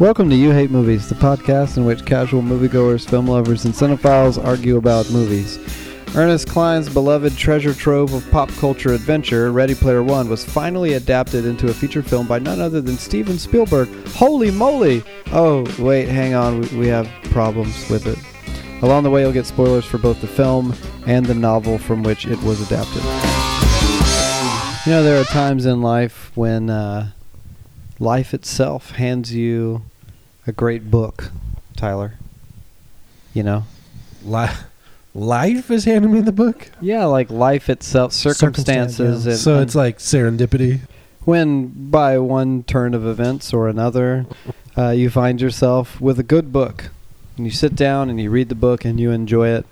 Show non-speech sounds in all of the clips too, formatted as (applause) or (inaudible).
Welcome to You Hate Movies, the podcast in which casual moviegoers, film lovers, and cinephiles argue about movies. Ernest Klein's beloved treasure trove of pop culture adventure, Ready Player One, was finally adapted into a feature film by none other than Steven Spielberg. Holy moly! Oh, wait, hang on, we, we have problems with it. Along the way, you'll get spoilers for both the film and the novel from which it was adapted. You know, there are times in life when uh, life itself hands you a great book, Tyler. You know? Li- life is handing me the book. Yeah, like life itself, circumstances. Circumstance, yeah. and- so and it's like serendipity. when, by one turn of events or another, uh, you find yourself with a good book. And you sit down and you read the book and you enjoy it.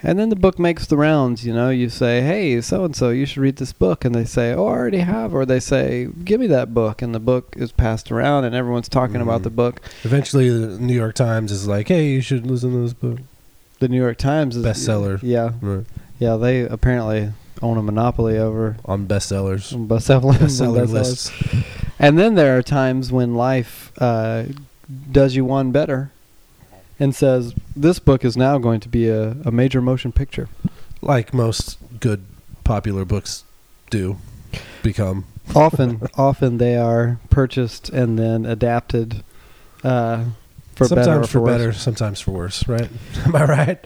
And then the book makes the rounds, you know. You say, hey, so and so, you should read this book. And they say, oh, I already have. Or they say, give me that book. And the book is passed around and everyone's talking about Mhm. the book. Eventually, the New York Times is like, "Hey, you should listen to this book." The New York Times is Bestseller. Yeah. Right. Yeah, they apparently own a monopoly over On (laughs) bestsellers, some bestseller, (laughs) bestseller bestsellers. lists. And then there are times when life uh, does you one better and says, this book is now going to be a, a major motion (laughs) picture. like most good popular books do become. Often, often they are purchased and then adapted uh, for sometimes better or for, worse. better, sometimes for worse. Right? (laughs) Am I right?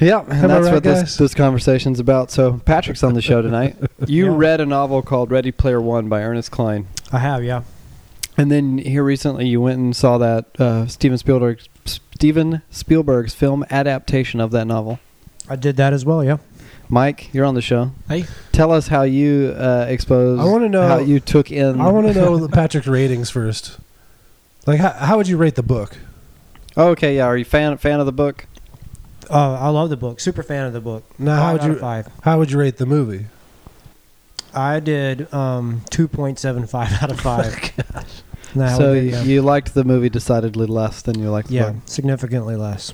Yeah, and Am I that's right, what this, guys? this conversation's about. So Patrick's on the show (laughs) tonight. You Yeah. read a novel called Ready Player One by Ernest Klein. I have, yeah. And then here recently, you went and saw that uh, Steven Spielberg's Steven Spielberg's film adaptation of that novel. I did that as well, yeah. Mike, you're on the show. Hey. tell us how you uh, exposed. I wanna know- how you took in. I want to know Patrick's ratings first. Like, how, how would you rate the book? Oh, okay, yeah. Are you fan fan of the book? Uh, I love the book. Super fan of the book. Now, Five how would out of you five. how would you rate the movie? I did um, 2.75 (laughs) out of five. Now, so there you, you go. you liked the movie decidedly less than you liked the yeah, book. significantly less.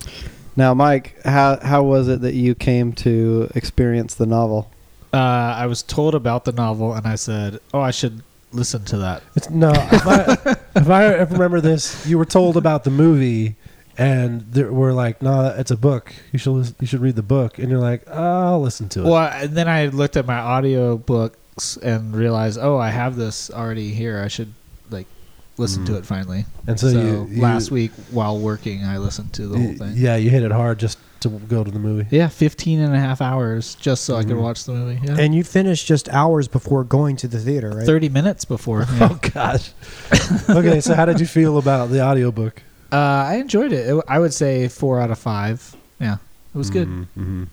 Now, Mike, how how was it that you came to experience the novel? uh, I was told about the novel, and I said, "Oh, I should listen to that." It's no. If I, if I remember this, you were told about the movie, and there were like, "No, it's a book. You should lis- you should read the book." And you're like, "I'll listen to it." Well, I- and then I looked at my audio books and realized, "Oh, I have this already here. I should like listen to Mm. it finally." and So, so, you, you last week while working, I listened to the whole y- thing. Yeah. Yeah, you hit it hard just to go to the movie. 15 and a half hours just so I could Mhm. watch the movie. Yeah. And you finished just hours before going to the theater, right? 30 minutes before. yeah. (laughs) Oh gosh. okay, so how did you feel about the audiobook? uh, I enjoyed it. it. I would say four out of five. Yeah, it was good. Mm-hmm.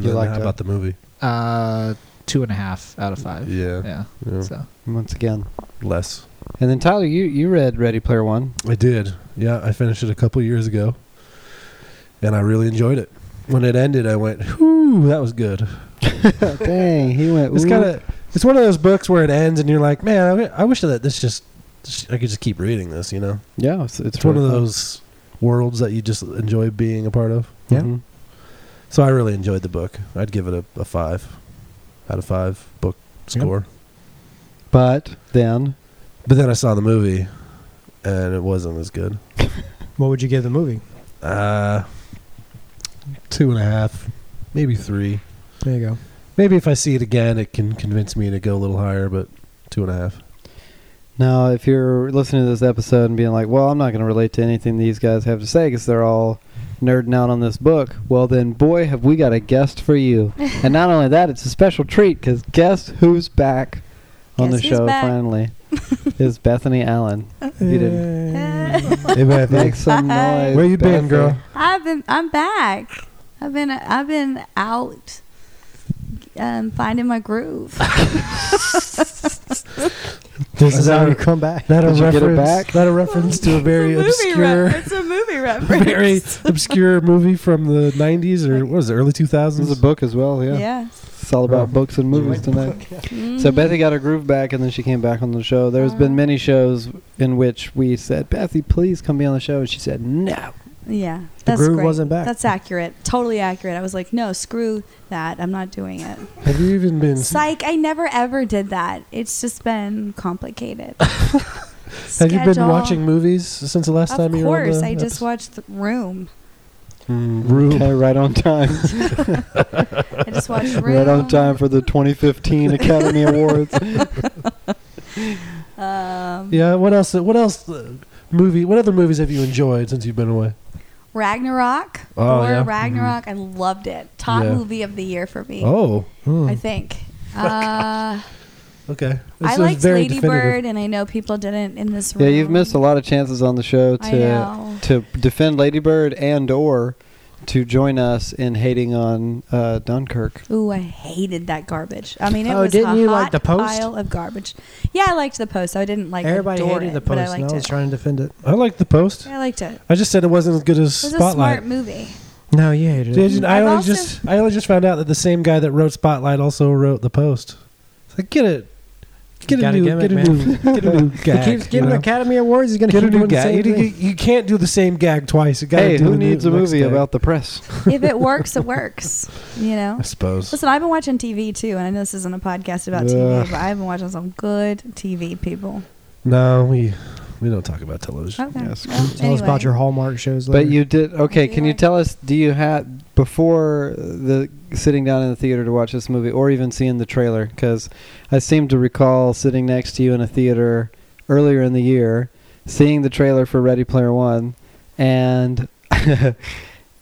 You liked how it? about the movie? Uh, two and a half out of five. Yeah. yeah. yeah. So. Once again, Less. and then Tyler, you you read Ready Player (laughs) One. I did. Yeah, I finished it a couple years ago, and I really enjoyed it. When it ended, I went, "Whoo, that was good." Dang, he went. It's "Ooh." kind of it's one of those books where it ends, and you're like, "Man, I, wi- I wish that this just I could just keep reading this." You know, yeah. It's, it's one of really fun. those worlds that you just enjoy being a part of. Yeah. Mhm. So I really enjoyed the book. I'd give it a, a five out of five book score. But then But then I saw the movie, and it wasn't as good. What would you give the movie? Uh, two and a half, maybe three. There you go. Maybe if I see it again, it can convince me to go a little higher, but two and a (laughs) half. Now, if you're listening to this episode and being like, well, I'm not going to relate to anything these guys have to say because they're all nerding out on this book, well, then, boy, have we got a guest for (laughs) you. and not only that, it's a special treat because guess who's back on Guess the who's show back? (laughs) finally is Bethany Allen. You didn't (laughs) Hey, Beth, make some Hi. noise. where you been, Bethany. girl? I've been. I'm back. I've been. I've been out. Um, finding my groove. This is how you our, come back. not a Did you reference. get it back? Not a reference to a very it's a movie obscure, Re- it's (laughs) a movie reference. very obscure movie from the '90s or what was it, early This is a 2000s? book as well, yeah. yeah. It's all about Oh. books and movies tonight. So Mhm. Bethy got her groove back, and then she came back on the show. There's Uh-huh. been many shows in which we said, "Bethy, please come be on the show," and she said, "No." Yeah. The That's groove great. wasn't back. That's accurate. Totally accurate. I was like, no, screw that. I'm not doing it. Have you even been? Psych. I never ever did that. It's just been complicated. (laughs) Have you been schedule. watching movies since the last time Of you were on course, the I just episode? watched the Room. Mm, Room. Okay, right on time. I (laughs) just watched (laughs) Room. right on time for the 2015 Academy Awards. Um, Yeah. What else? What else? uh, Movie. What other movies have you enjoyed since you've been away? Ragnarok. Oh, Thor yeah. Mm-hmm. Ragnarok. I loved it. Top Yeah. movie of the year for me. Oh. I think. (laughs) Uh, Okay. I This is liked very Lady definitive. Bird, and I know people didn't in this room. yeah, you've missed a lot of chances on the show I to know. to defend Ladybird and or to join us in hating on uh, Dunkirk. Ooh, I hated that garbage. I mean, it Oh, was didn't a you hot like the post? pile of garbage. Yeah, I liked the post. I didn't like Everybody adore hated it, the but I post, and liked I was it. trying to defend it. I liked the post. I liked it. I just said it wasn't as good as It was a Spotlight. smart movie. No, you hated See, I it. just- I I've only also- just I only just found out that the same guy that wrote Spotlight also wrote the post. It's like get it, get a Gotta new, give it, get a man. (laughs) new, get a new gag. he keeps you getting know? Academy Awards. He's going to Get a keep new doing gag. the You, same thing. you- you can't do the same gag twice. You gotta Hey, do who the new- needs a next movie gag. about the press? If it works, it works. You know. I suppose. Listen, I've been watching TV too, and I know this isn't a podcast about Ugh. TV, but I've been watching some good TV, people. No, we we don't talk about television. Okay. Yes, well, Tell us about anyway. your Hallmark shows. Later. But you did okay. do Can you you like? tell us? Do you have before the sitting down in the theater to watch this movie, or even seeing the trailer? Because I seem to recall sitting next to you in a theater earlier in the year, seeing the trailer for Ready Player One, and (laughs)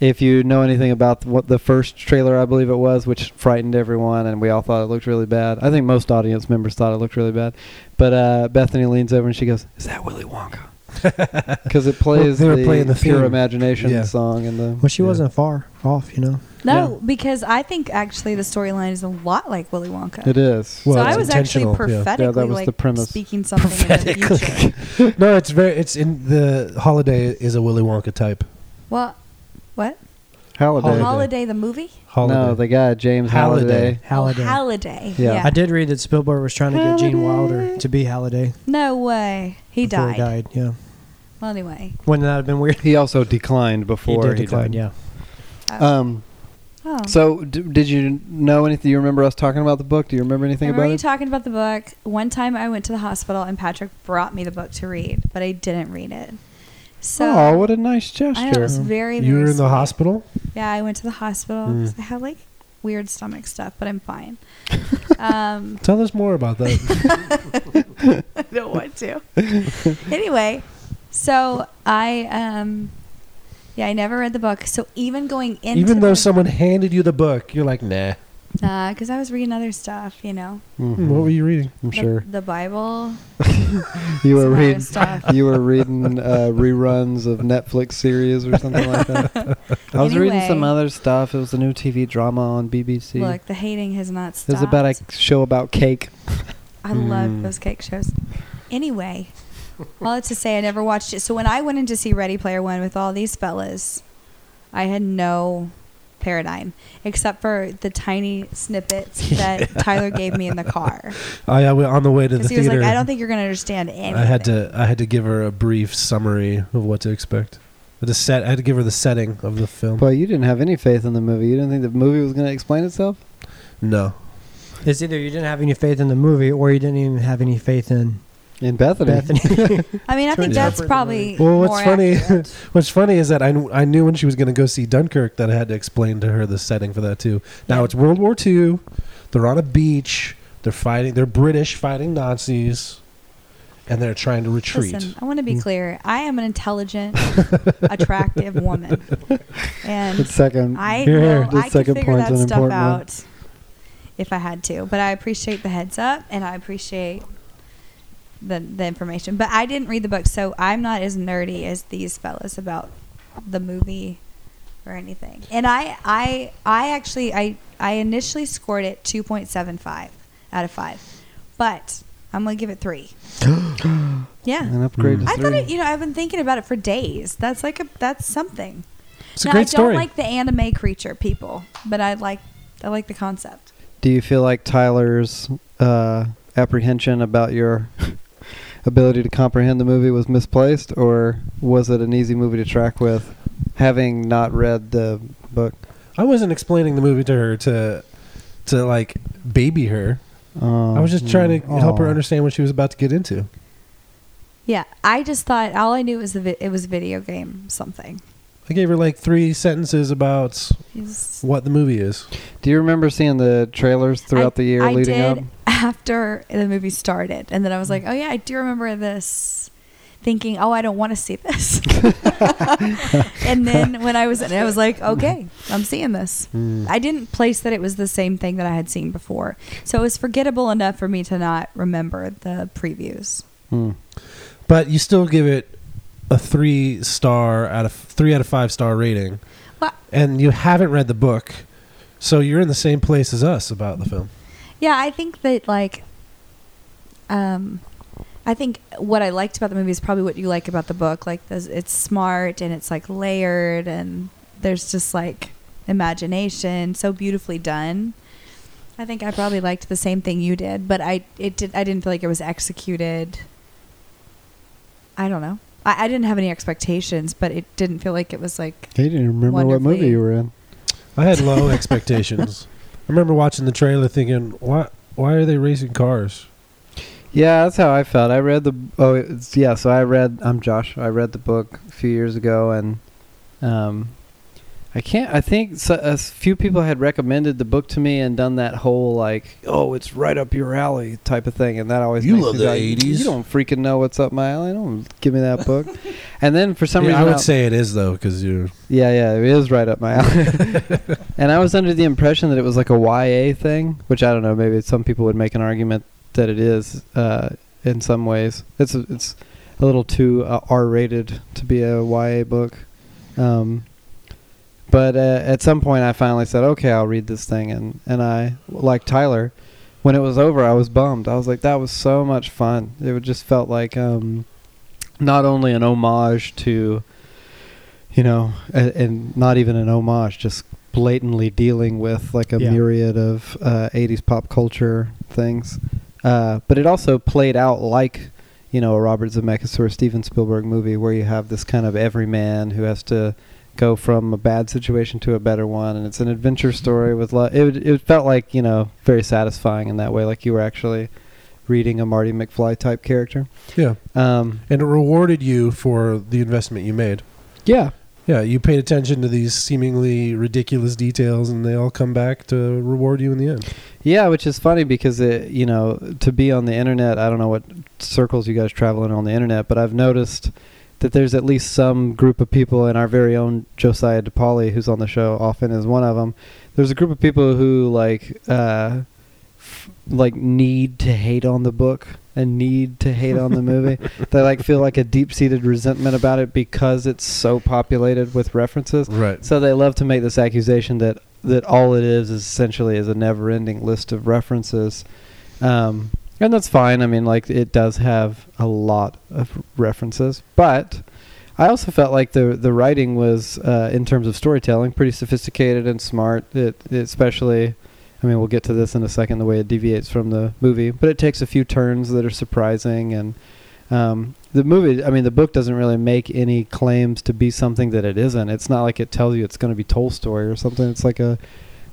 if you know anything about what the first trailer, I believe it was, which frightened everyone, and we all thought it looked really bad. I think most audience members thought it looked really bad. But uh, Bethany leans over and she goes, "Is that Willy Wonka?" (laughs) Because it plays they were the playing the pure theme. imagination Yeah. song and the well, she Yeah. wasn't far off, you know. No, because I think actually the storyline is a lot like Willy Wonka. it is. Well, so it's I was actually intentional, yeah. Yeah, prophetically was like the premise. speaking something in the future. no, it's very. It's in the holiday is a Willy Wonka type Well, what? Halliday. Holiday. Holiday the movie? holiday. No, the guy James Halliday. Halliday. Halliday. Oh, Halliday. Yeah. Yeah. I did read that Spielberg was trying to get Gene Wilder to be Halliday. No way. He before died. He died. Yeah. Well, anyway. Wouldn't that have been weird? (laughs) He also declined before he did decline. died. Yeah. Um. Oh. So d- did you know anything? You remember us talking about the book? Do you remember anything I remember about you it? talking about the book. One time I went to the hospital and Patrick brought me the book to read, but I didn't read it. So oh, what a nice I know, it gesture! was very, very you were in the sweet. hospital. Yeah, I went to the hospital. Mm. 'cause I had like weird stomach stuff, but I'm fine. (laughs) um, Tell us more about that. I don't want to. (laughs) anyway, so I um, yeah, I never read the book. So even going (laughs) into Even though the- someone handed you the book, you're like, nah. nah, because I was reading other stuff, you know, Mhm. What were you reading? I'm the, (laughs) sure the Bible, you were some other reading. stuff. (laughs) you were reading uh, reruns of Netflix series or something like that. (laughs) I was reading some Anyway. other stuff. It was a new TV drama on BBC. Look, the hating has not stopped. it was about a show about cake. I love Hmm. Mm. those cake shows. Anyway, all that's to say, I never watched it. So when I went in to see Ready Player One with all these fellas, I had no paradigm except for the tiny (laughs) snippets that Tyler gave me in the car. I, I on the way to (laughs) the Because he was theater. like, I don't think you're going to understand anything. I had to I had to give her a brief summary of what to expect. The set I had to give her the setting of the film. Well, you didn't have any faith in the movie. You didn't think the movie was going to explain itself. no, It's either you didn't have any faith in the movie, or you didn't even have any faith in In Bethany, Bethany. I mean, I think Yeah. that's probably. Well, what's more funny- (laughs) accurate. what's funny is that I, kn- I knew when she was going to go see Dunkirk that I had to explain to her the setting for that too. Now Yeah. it's World War II. They're on a beach. They're fighting. They're British fighting Nazis, and they're trying to retreat. Listen, I want to Hmm. be clear. I am an intelligent, (laughs) attractive woman. And the second. I Here, here. know The I could second figure point's that an stuff important one. out if I had to. But I appreciate the heads up and I appreciate the the information. But I didn't read the book, so I'm not as nerdy as these fellas about the movie or anything. And I I I actually I I initially scored it 2.75 out of 5. But I'm going to give (gasps) it 3. yeah. an upgrade. Mm. To I thought three. it, you know, I've been thinking about it for days. That's like a that's something. It's a Now, great I story. don't like the anime creature people, but I like I like the concept. Do you feel like Tyler's uh, apprehension about your (laughs) ability to comprehend the movie was misplaced, or was it an easy movie to track with, having not read the book? I wasn't explaining the movie to her to to like baby her. Um, I was just trying to help her aw. understand what she was about to get into. Yeah, I just thought all I knew was the vi- it was a video game something. I gave her like three sentences about He's- what the movie is. Do you remember seeing the trailers throughout the year I leading did up? after the movie started, and then I was like, oh yeah, I do remember this. Thinking, oh, I don't want to (laughs) see this. and then when I was, in it, I was like, okay, I'm seeing this. Hmm. I didn't place that it was the same thing that I had seen before, so it was forgettable enough for me to not remember the previews. Hmm. But you still give it a three star out of three out of five star rating, Well, and you haven't read the book, so you're in the same place as us about the film. Yeah, I think that like, um, I think what I liked about the movie is probably what you like about the book. Like, there's- it's smart and it's like layered, and there's just like imagination, so beautifully done. I think I probably liked the same thing you did, but I it did I didn't feel like it was executed. I don't know. I, I didn't have any expectations, but it didn't feel like it was like He didn't remember what Wonderfully. movie you were in. I had low (laughs) expectations. I remember watching the trailer thinking, "Why? Why are they racing cars?" Yeah, that's how I felt. I read the oh it's, yeah, so I read I'm Josh. I read the book a few years ago, and um, I can't. I think s a s few people had recommended the book to me and done that whole like oh it's right up your alley type of thing, and that always You makes love me the like, 80s. You don't freaking know what's up my alley. Don't give me (laughs) that book. and then for some Yeah, reason I would I'll- say it is though, because you're yeah, yeah, it is right up my alley. and I was under the impression that it was like a YA thing, which I don't know. Maybe some people would make an argument that it is uh, in some ways. It's it's a little too uh, R-rated to be a YA book. Um, but uh, at some point, I finally said, "Okay, I'll read this thing," and and I like Tyler. When it was over, I was bummed. I was like, "That was so much fun." It would- just felt like um, not only an homage to you know, and, and not even an homage, just blatantly dealing with like a Yeah. myriad of uh, 80s pop culture things. Uh, but it also played out like, you know, a Robert Zemeckis or a Steven Spielberg movie where you have this kind of everyman who has to go from a bad situation to a better one. And it's an adventure story with love. It, would- it felt like, you know, very satisfying in that way, like you were actually reading a Marty McFly type character. yeah, Um, and it rewarded you for the investment you made. yeah. Yeah, you paid attention to these seemingly ridiculous details, and they all come back to reward you in the end. Yeah, which is funny because it, you know, to be on the internet, I don't know what circles you guys travel in on the internet, but I've noticed that there's at least some group of people, and our very own Josiah DePauli, who's on the show often, is one of them. There's a group of people who like, uh, f- like need to hate on the book and need to hate on the movie. They like feel like a deep-seated resentment about it because it's so populated with references. Right. So they love to make this accusation that that all it is is essentially is a never-ending list of references, um, and that's fine. I mean, like it does have a lot of references, but I also felt like the the writing was, uh, in terms of storytelling, pretty sophisticated and smart. It, it especially, I mean, we'll get to this in a second. The way it deviates from the movie, but it takes a few turns that are surprising and. Um, the movie, I mean, the book doesn't really make any claims to be something that it isn't. It's not like it tells you it's going to be Tolstoy or something. It's like a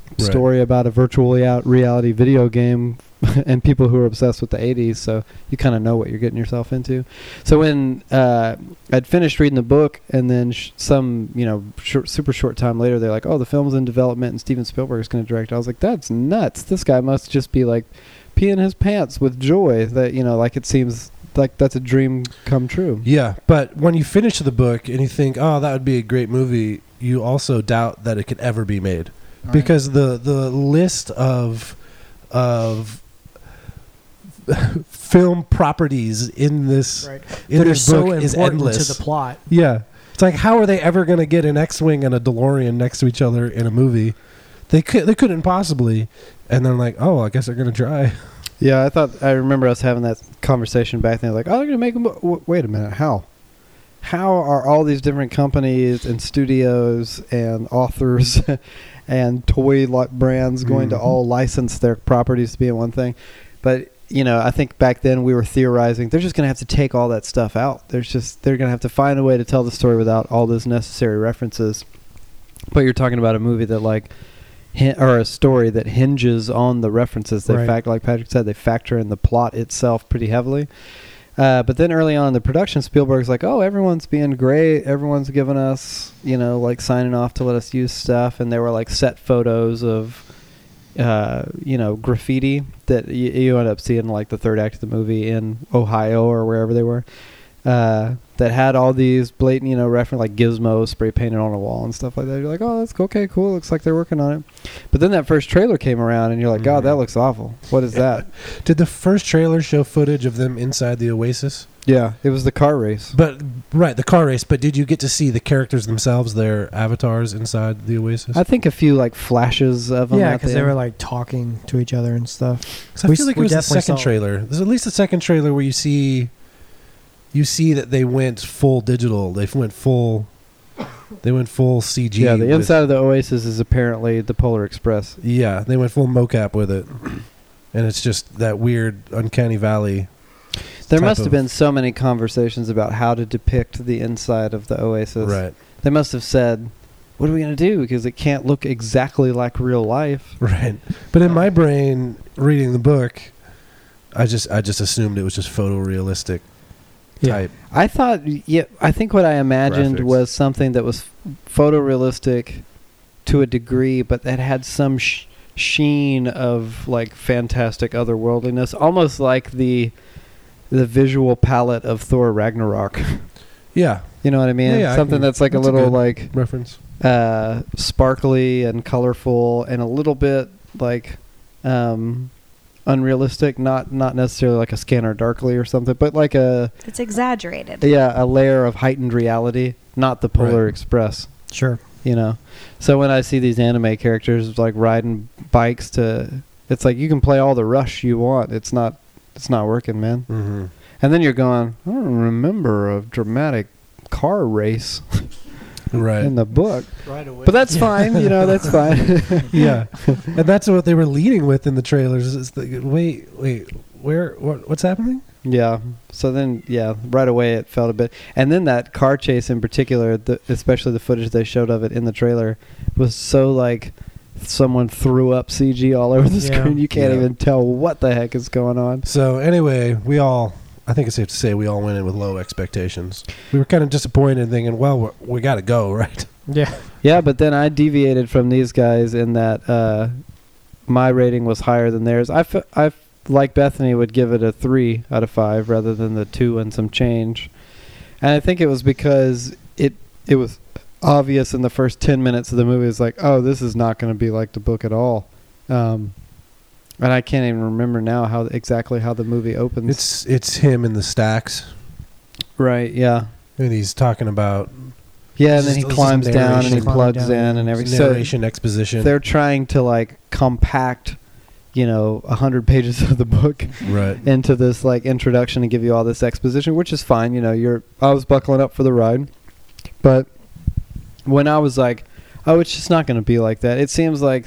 Right. story about a virtual rea- reality video game (laughs) and people who are obsessed with the 80s. So you kind of know what you're getting yourself into. So when uh, I'd finished reading the book, and then sh- some, you know, short, super short time later, they're like, "Oh, the film's in development, and Steven Spielberg is going to direct." it." I was like, "That's nuts! This guy must just be like peeing his pants with joy." That you know, like it seems like that's a dream come true. Yeah, but when you finish the book and you think, "Oh, that would be a great movie," you also doubt that it could ever be made because the the list of of (laughs) film properties in this right. in that are this so book is important endless. to the plot. Yeah. It's like how are they ever going to get an X-wing and a DeLorean next to each other in a movie? They could they couldn't possibly. And they're like, "Oh, I guess they're going to try." (laughs) Yeah, I thought I remember us having that conversation back then. Like, oh, they're gonna make them. W- wait a minute, how? How are all these different companies and studios and authors (laughs) and toy li- brands going to Mhm. all license their properties to be in one thing? But you know, I think back then we were theorizing they're just gonna have to take all that stuff out. There's just they're gonna have to find a way to tell the story without all those necessary references. But you're talking about a movie that like hin- or a story that hinges on the references. They Right. fact, like Patrick said, they factor in the plot itself pretty heavily. Uh, but then early on in the production, Spielberg's like, "Oh, everyone's being great. Everyone's giving us, you know, like signing off to let us use stuff." And there were like set photos of, uh, you know, graffiti that y- you end up seeing like the third act of the movie in Ohio or wherever they were. Uh, that had all these blatant, you know, reference like gizmo spray painted on a wall and stuff like that. You're like, oh, that's okay, cool. Looks like they're working on it. But then that first trailer came around, and you're like, God, Mhm. Mm-hmm. that looks awful. What is that? Did the first trailer show footage of them inside the Oasis? yeah, it was the car race. But right, the car race. But did you get to see the characters themselves, their avatars inside the Oasis? I think a few like flashes of them. Yeah, at because the they end. were like talking to each other and stuff. 'Cause I we feel s- like it we was the definitely second saw- trailer. There's at least the second trailer where you see, you see that they went full digital. They went full, they went full CG. yeah, the with- inside of the Oasis is apparently the Polar Express. Yeah, they went full mocap with it, and it's just that weird uncanny valley. There type must of- have been so many conversations about how to depict the inside of the Oasis. right, They must have said, "What are we gonna do? Because it can't look exactly like real life." right. But in my brain, reading the book, I just I just assumed it was just photorealistic Yeah. type. I thought, yeah, I think what I imagined Graphics. was something that was photorealistic to a degree, but that had some sh- sheen of like fantastic otherworldliness, almost like the the visual palette of Thor Ragnarok. Yeah, You know what I mean? Yeah, yeah, I something can- that's like a that's a little good- like reference. uh, sparkly and colorful and a little bit like um, unrealistic. Not not necessarily like a Scanner Darkly or something, but like a It's exaggerated. yeah, a layer of heightened reality, not the Polar Right. Express, Sure. you know. So when I see these anime characters like riding bikes to it's like you can play all the rush you want. It's not it's not working, man. Mm-hmm. And then you're going, I don't remember a dramatic car race Right. in the book. Right away. But that's fine, you know, that's fine. yeah, and that's what they were leading with in the trailers. Is the, wait, wait, where, what, what's happening? Yeah. So then, yeah, right away it felt a bit. And then that car chase in particular, the, especially the footage they showed of it in the trailer, was so like someone threw up CG all over the Yeah. screen. You can't Yeah. even tell what the heck is going on. So anyway, we all, I think it's safe to say we all went in with low expectations. We were kind of disappointed, thinking, well, we're, we got to go, (laughs) right? Yeah. Yeah, but then I deviated from these guys in that uh, my rating was higher than theirs. I, f- I f- like Bethany would give it a three out of five rather than the two and some change, and I think it was because it it was obvious in the first ten minutes of the movie. It's like, oh, this is not going to be like the book at all, um, and I can't even remember now how exactly how the movie opens. It's it's him in the stacks, right, yeah, and he's talking about yeah, and It's then he just- it's climbs down and he narration. plugs Climbing down. in and everything. So- narration exposition, they're trying to like compact you know a hundred pages of the book right? into this like introduction and give you all this exposition which is fine you know you're i was buckling up for the ride but when i was like oh it's just not going to be like that it seems like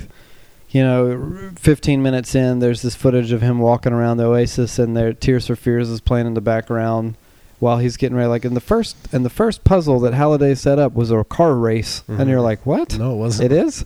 you know 15 minutes in there's this footage of him walking around the oasis and their tears for fears is playing in the background while he's getting ready like in the first and the first puzzle that halliday set up was a car race and Mhm. you're like what No, it wasn't. it is.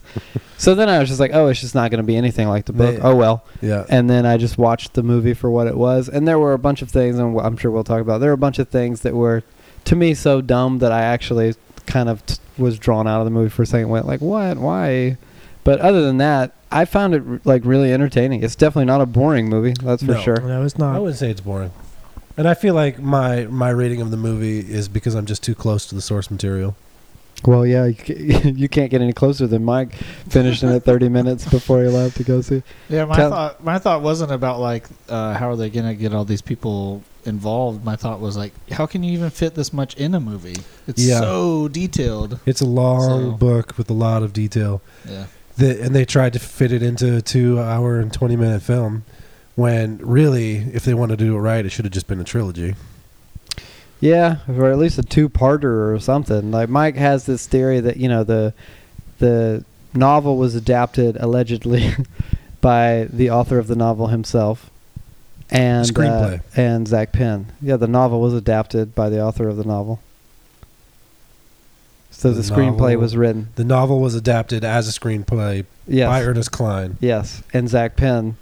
So then I was just like, oh, it's just not going to be anything like the book. They- oh well. yeah, And then I just watched the movie for what it was, and there were a bunch of things, and I'm sure we'll talk about. There were a bunch of things that were, to me, so dumb that I actually kind of t- was drawn out of the movie for a second. Went like, what? Why? But other than that, I found it r- like really entertaining. It's definitely not a boring movie. That's for No. sure. No, it's I not. wouldn't say it's boring. And I feel like my my rating of the movie is because I'm just too close to the source material. Well, yeah, you, ca- (laughs) you can't get any closer than Mike finishing it 30 minutes before he left to go see. Yeah, my Tell- thought my thought wasn't about like uh, how are they gonna get all these people involved. My thought was like, how can you even fit this much in a movie? It's Yeah. so detailed. It's a long So- book with a lot of detail. Yeah, the, and they tried to fit it into a two hour and 20 minute film when really if they wanted to do it right it should have just been a trilogy Yeah, or at least a two-parter or something. Like Mike has this theory that you know the the novel was adapted allegedly (laughs) by the author of the novel himself and uh, Screenplay. and Zach Penn. Yeah, the novel was adapted by the author of the novel. So the, The screenplay novel- was written. the novel was adapted as a screenplay Yes. by ernest klein Yes, and Zach Penn,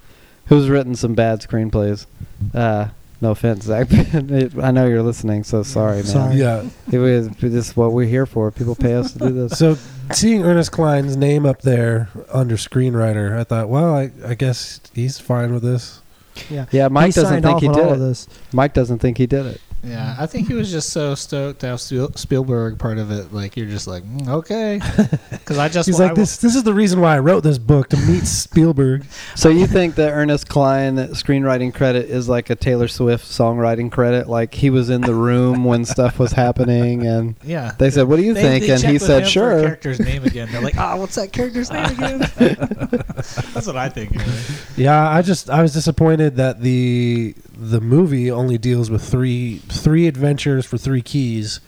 who's written some bad screenplays. Uh, No offense, Zach. but it- (laughs) I know you're listening, so sorry, man. Sorry. Yeah. It was, this is what we're here for. People pay us to do (laughs) this. So seeing Ernest Klein's name up there under screenwriter, I thought, well, I, I guess he's fine with this. Yeah, Mike He doesn't signed think off he on did all of it. this. Mike doesn't think he did it. Yeah, I think he was just so stoked to have Spiel- Spielberg part of it. Like you're just like (laughs) mm, okay, because I just He's I like, wa- this. This is the reason why I wrote this book to meet Spielberg. So (laughs) you think that Ernest Klein screenwriting credit is like a Taylor Swift songwriting credit? Like he was in the room when stuff was happening, and Yeah, they said, "What do you They- think?" they and checked he with him said, for "Sure." Character's name again. They're like, ah, what's that (laughs) character's name again? (laughs) That's what I think. Anyway. Yeah, I just I was disappointed that the the movie only deals with three three adventures for three keys,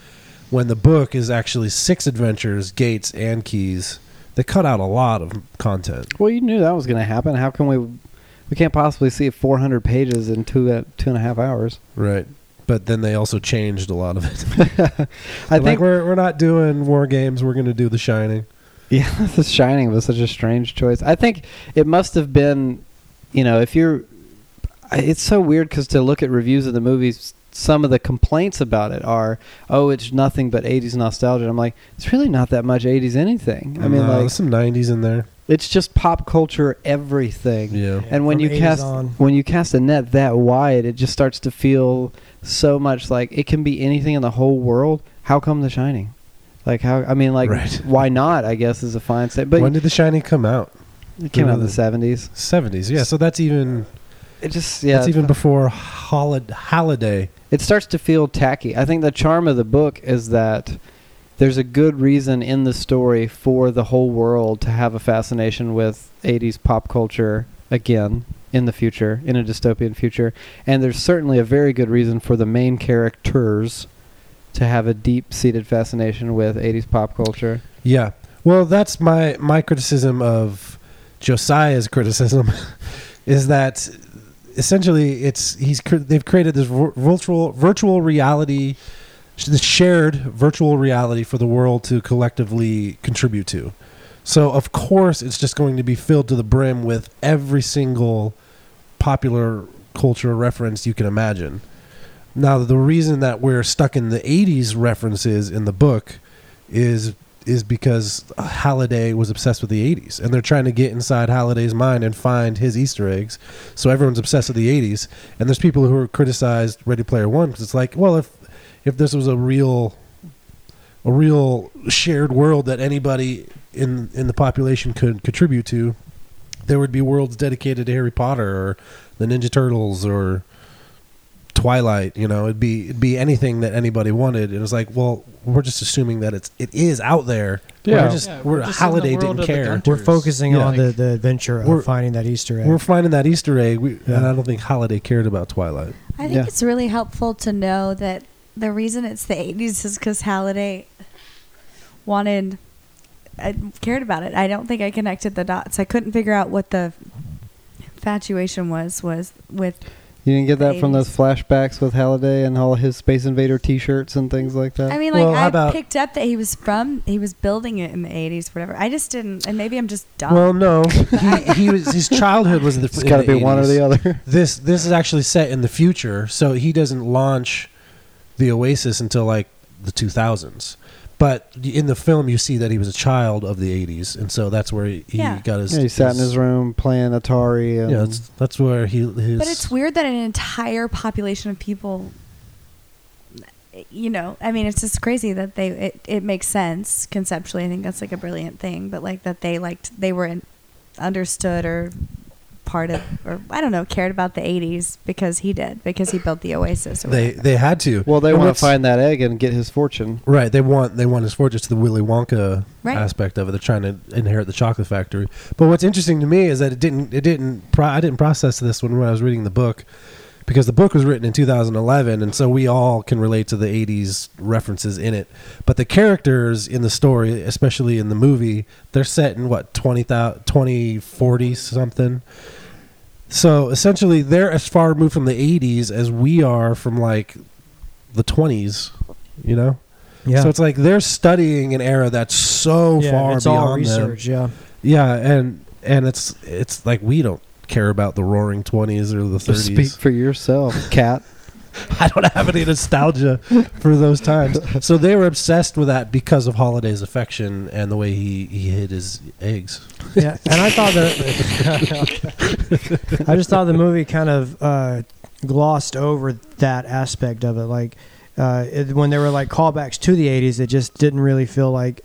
when the book is actually six adventures, gates, and keys. They cut out a lot of content. Well, you knew that was going to happen. How can we? We can't possibly see 400 pages in two uh, two and a half hours. Right. But then they also changed a lot of (laughs) it. I like think we're we're not doing war games. We're gonna do The Shining. Yeah, (laughs) The Shining was such a strange choice. I think it must have been, you know, if you're, I- it's so weird because to look at reviews of the movies, some of the complaints about it are, oh, it's nothing but '80s nostalgia. And I'm like, it's really not that much '80s anything. I mean, No, like, there's uh, some '90s in there. it's just pop culture everything. Yeah. And when From you 80s cast on. when you cast a net that wide, it just starts to feel so much like it can be anything in the whole world. How come The Shining? Like how? I mean, like (laughs) Right. why not? I guess is a fine statement. But when did The Shining come out? it came out in the seventies. '70s. Yeah. So that's even It just yeah. that's even before Holiday. Holiday. it starts to feel tacky. I think the charm of the book is that there's a good reason in the story for the whole world to have a fascination with eighties pop culture again in the future, in a dystopian future. And there's certainly a very good reason for the main characters to have a deep seated fascination with eighties pop culture. Yeah. Well, that's my my criticism of Josiah's criticism (laughs) is that essentially it's he's cr- they've created this vir- virtual virtual reality sh- this shared virtual reality for the world to collectively contribute to. So of course it's just going to be filled to the brim with every single popular culture reference you can imagine. Now the reason that we're stuck in the 80s references in the book is is because Halliday was obsessed with the 80s and they're trying to get inside Halliday's mind and find his easter eggs. So everyone's obsessed with the 80s and there's people who are criticized Ready Player 1 cuz it's like, well if if this was a real a real shared world that anybody in in the population could contribute to, there would be worlds dedicated to Harry Potter or the Ninja Turtles or Twilight, you know, it'd be it'd be anything that anybody wanted. It was like, well, we're just assuming that it's it is out there. Yeah. we're just Yeah, we're, we're just in the Halliday world didn't of the care. gun- We're Adventures. focusing Yeah. on the, the adventure We're- of finding that Easter egg. We're finding that Easter egg, we, and Yeah. I don't think Halliday cared about Twilight. I think Yeah. it's really helpful to know that the reason it's the 80s is because Halliday wanted, I cared about it. I don't think I connected the dots. I couldn't figure out what the infatuation was was with. You didn't get that from those 80s. flashbacks with Halliday and all his Space Invader t shirts and things like that? I mean, Uh, Well, like how I about- picked up that he was from, he was building it in the 80s, whatever. I just didn't, and maybe I'm just dumb. Well, no, he, (laughs) he was his childhood was in the. it's got to be one or the other. This this is actually set in the future, so he doesn't launch the Oasis until like the 2000s. But in the film, you see that he was a child of the 80s, and so that's where he, he Yeah. got his. Yeah, he sat in his room playing Atari. And Yeah, that's, that's where he. His, But it's weird that an entire population of people, you know, I mean, it's just crazy that they it, it makes sense conceptually. I think that's like a brilliant thing, but like that they liked they were in, understood or part of or I don't know cared about the '80s because he did because he built the Oasis. Or they whatever. they had to. Well, they And want to what's- find that egg and get his fortune. Right, they want they want his fortune to the Willy Wonka Right. aspect of it. They're trying to inherit the chocolate factory. But what's interesting to me is that it didn't it didn't pro- I didn't process this when, when I was reading the book because the book was written in 2011 and so we all can relate to the 80s references in it. But the characters in the story, especially in the movie, they're set in what 20 2040 something. So essentially they're as far removed from the 80s as we are from like the 20s, you know? yeah. So it's like they're studying an era that's so Yeah, far it's beyond all research. them. Yeah, and and it's it's like we don't care about the Roaring Twenties or the Speak Thirties. (laughs) for yourself, (laughs) cat. I don't have any nostalgia for those times. So they were obsessed with that because of Holiday's affection and the way he, he hid his eggs. Yeah, and I thought that (laughs) I just thought the movie kind of uh, glossed over that aspect of it. Like uh, it, when there were like callbacks to the '80s, it just didn't really feel like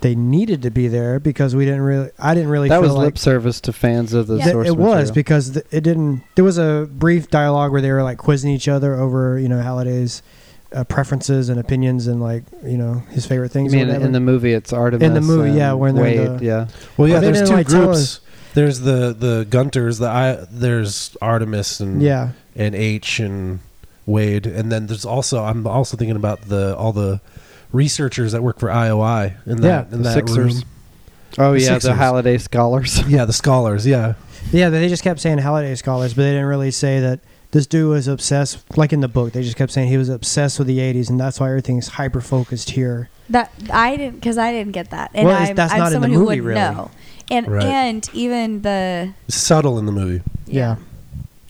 they needed to be there because we didn't really. I didn't really. that feel was like lip service to fans of the Yeah. source it was material. because th- it didn't. There was a brief dialogue where they were like quizzing each other over you know Halliday's uh, preferences and opinions and like you know his favorite You things. or mean whatever. in the movie it's Artemis? movie, yeah, and when they're in Wade, the- yeah. Well, yeah, But they there's didn't, two like, tell groups. us. There's the the Gunters, the I, there's Artemis and yeah, and H and Wade, and then there's also I'm also thinking about the all the researchers that work for IOI in that Yeah, in the that Sixers. room. Oh The yeah, the Sixers. holiday (laughs) scholars. Yeah, the scholars. Yeah, yeah. But they just kept saying Halliday scholars, but they didn't really say that this dude was obsessed. Like in the book, they just kept saying he was obsessed with the '80s, and that's why everything's hyper focused here. That I didn't because I didn't get that, and Well, it's- I'm, that's I'm not in the someone movie, who would really. know. And Right. and even the It's subtle in the movie. Yeah.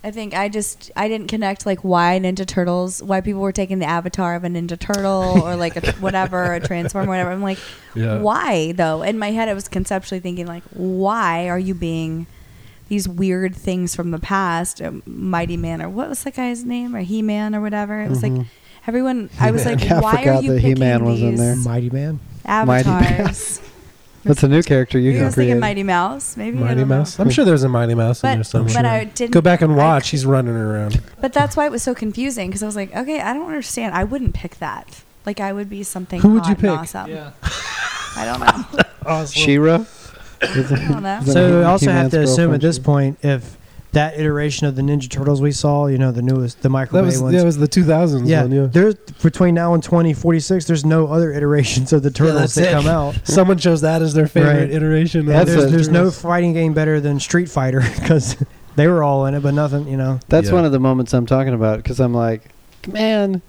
I think I just I didn't connect like why Ninja Turtles, why people were taking the avatar of a Ninja Turtle or (laughs) like a, whatever a Transformer, whatever. I'm like, Yeah. why though? In my head, I was conceptually thinking like, why are you being these weird things from the past, um, Mighty Man or what was that guy's name or He Man or whatever? It was like everyone. I was like, Mm-hmm. (laughs) Yeah, I why are forgot you that picking He-Man was in these there. Mighty Man. Mighty Man. (laughs) avatars? That's a new character you Maybe I can was thinking create. Mighty Mouse. Maybe I Mighty don't know. Mouse. I'm sure there's a Mighty Mouse in there But, somewhere. but I didn't Go back and watch. I- He's running around. But that's why it was so confusing because I was like, okay, I don't understand. I wouldn't pick that. Like I would be something. Who would you hot and pick? Awesome. Yeah. I don't know. (laughs) Shira. I don't (laughs) know. Is that So He- we also He-Man's have to assume at girlfriend, this she- point if that iteration of the Ninja Turtles we saw, you know, the newest, the That microwave was ones. that was the 2000s yeah, one. Yeah. there's between now and 2046. There's no other iterations of the that's turtles it. that come out. Someone chose that as their favorite Right. iteration. That's of there's, a- there's no fighting game better than Street Fighter (laughs) because they were all in it, but nothing, you know. That's Yeah. one of the moments I'm talking about because I'm like, man,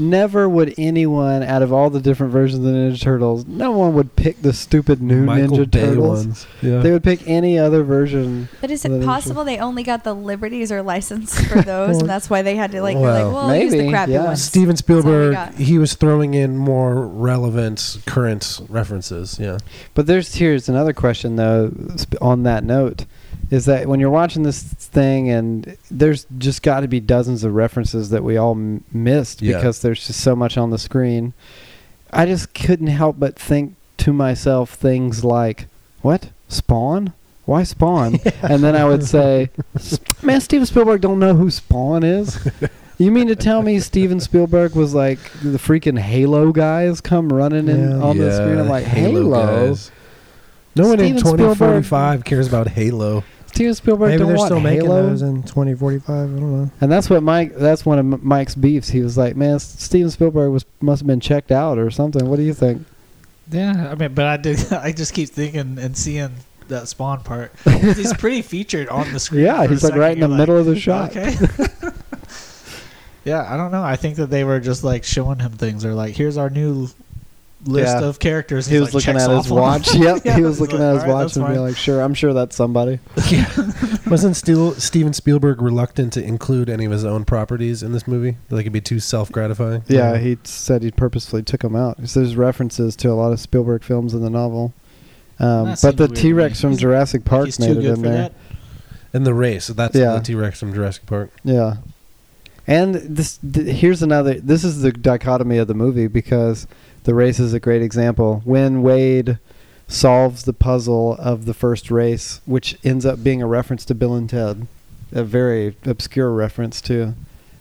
never would anyone out of all the different versions of Ninja Turtles, no one would pick the stupid new Michael Ninja Bay Turtles. ones. Yeah. They would pick any other version. But is Well, it that is possible they only got the liberties or license (laughs) for those, and that's why they had to like, they're Well, like, well, use the maybe, crappy yeah. ones. Steven Spielberg, got. he was throwing in more relevant current references. Yeah. But there's here's another question though. sp- On that note, is that when you're watching this thing and there's just got to be dozens of references that we all m- missed Yeah. because there's just so much on the screen. I just couldn't help but think to myself things like, "What Spawn? Why Spawn?" And then I would say, "S- "Man, Steven Spielberg don't know who Spawn is." You mean to tell me Steven Spielberg was like the freaking Halo guys come running in Yeah. on the screen? I'm like, Halo? guys. No one in Steven Spielberg. 2045 cares about Halo. Steven Spielberg Maybe don't they're want still making Halo, those in 2045. I don't know. and that's what Mike. That's one of M- Mike's beefs. He was like, "Man, S- Steven Spielberg was must have been checked out or something." What do you think? Yeah, I mean, but I did. (laughs) I just keep thinking and seeing that spawn (laughs) part. 'Cause He's pretty featured on the screen. Yeah, for a he's like second. right in the You're like, middle of the shot. Okay. (laughs) yeah, I don't know. I think that they were just like showing him things. They're like, here's our new list Yeah. of characters. He He's was like, looking checks at off his on 'em. watch. (laughs) Yep, Yeah, he was he's looking like, at his "All right, watch that's and being fine." like, "Sure, I'm sure that's somebody." Wasn't Steel, Steven Spielberg reluctant to include any of his own properties in this movie? That could be too self gratifying. Yeah, he t- said he purposefully took him out. 'Cause There's references to a lot of Spielberg films in the novel, um, That but seems the weird to T Rex me. from He's- Jurassic Like, Park (laughs) he's made too it good in for there. that. And the race. That's Yeah. the T Rex from Jurassic Park. Yeah. And this th- here's another this is the dichotomy of the movie because the race is a great example. When Wade solves the puzzle of the first race, which ends up being a reference to Bill and Ted, a very obscure reference too.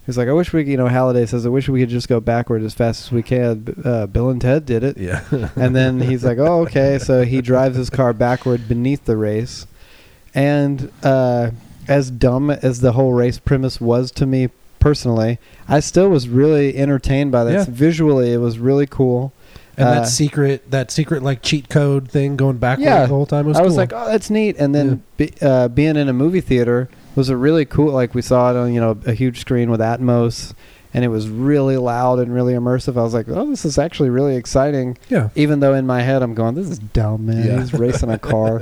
He's like, I wish we, could-" you know, Halliday says, I wish we could just go backward as fast as we can. B- Uh, Bill and Ted did it Yeah. and then he's like, "Oh, okay." So he drives his car backward beneath the race, and uh, as dumb as the whole race premise was to me personally, I still was really entertained by this. Yeah. Visually, it was really cool. (laughs) and Uh, that secret, that secret like cheat code thing going backwards Yeah. the whole time. was I was cool. like, "Oh, that's neat." And then be, uh, being in a movie theater was a really cool. Like we saw it on you know a huge screen with Atmos. and it was really loud and really immersive. I was like, oh, this is actually really exciting. Yeah. Even though in my head I'm going, this is dumb, man. Yeah. He's racing a (laughs) car.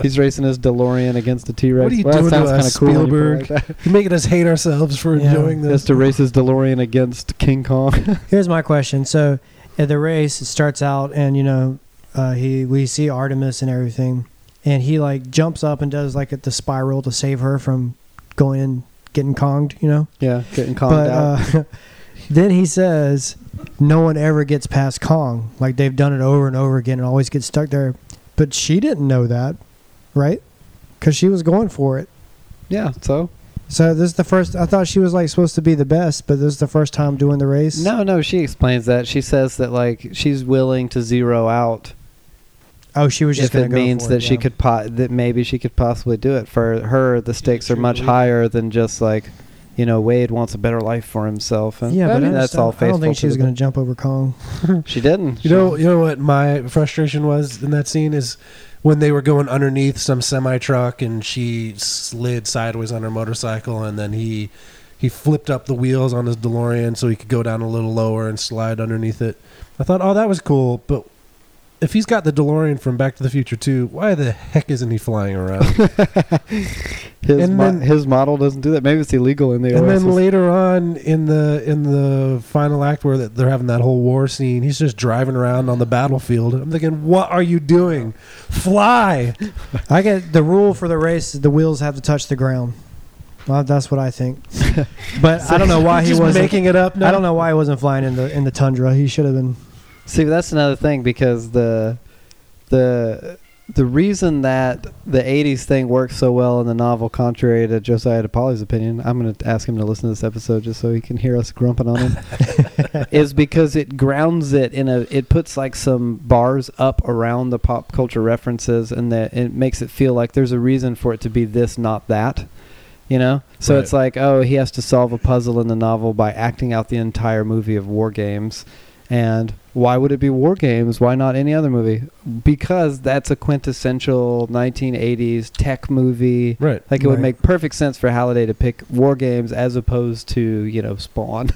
He's racing his DeLorean against the T Rex. What are you well, doing that to sounds kind of us, cool when you put it Spielberg? like that. You're making us hate ourselves for Yeah. enjoying Has this. to race his DeLorean against King Kong. (laughs) Here's my question. So at the race, it starts out, and you know, uh, he we see Artemis and everything, and he like jumps up and does like at the spiral to save her from going in getting conged, you know. yeah, (laughs) getting Kong but out. uh, (laughs) then he says, "No one ever gets past Kong. Like they've done it over and over again, and always gets stuck there." But she didn't know that, right? Because she was going for it. yeah, so So this is the first. I thought she was like supposed to be the best, but this is the first time doing the race. no, no. She explains that she says that like she's willing to zero out Oh, she was just if going it to go means for that it, she yeah. could po- that maybe she could possibly do it. For her, the stakes are true much belief. higher than just like you know Wade wants a better life for himself. And Yeah, I but mean, that's all I faithful. don't think to she was the- going to jump over Kong. She didn't. You know, you know what my frustration was in that scene is when they were going underneath some semi truck and she slid sideways on her motorcycle and then he he flipped up the wheels on his DeLorean so he could go down a little lower and slide underneath it. I thought, oh, that was cool, but if he's got the DeLorean from Back to the Future too, why the heck isn't he flying around? (laughs) his and mo- then- his model doesn't do that. Maybe it's illegal in the and OSS. then later on in the in the final act where that they're having that whole war scene, he's just driving around on the battlefield. I'm thinking, what are you doing? Fly! (laughs) I get the rule for the race: is the wheels have to touch the ground. Well, that's what (laughs) I think. But I don't know why You're he just wasn't. making it up. Now? I don't know why he wasn't flying in the in the tundra. He should have been. See, that's another thing because the the the reason that the '80s thing works so well in the novel, contrary to Josiah DePauli's opinion, I'm going to ask him to listen to this episode just so he can hear us grumping on him, is because it grounds it in a. It puts like some bars up around the pop culture references, and that it makes it feel like there's a reason for it to be this, not that. You know, so Right. it's like, oh, he has to solve a puzzle in the novel by acting out the entire movie of War Games. And why would it be War Games? Why not any other movie? Because that's a quintessential 1980s tech movie. Right. Like it would Right. make perfect sense for Halliday to pick War Games as opposed to you know Spawn.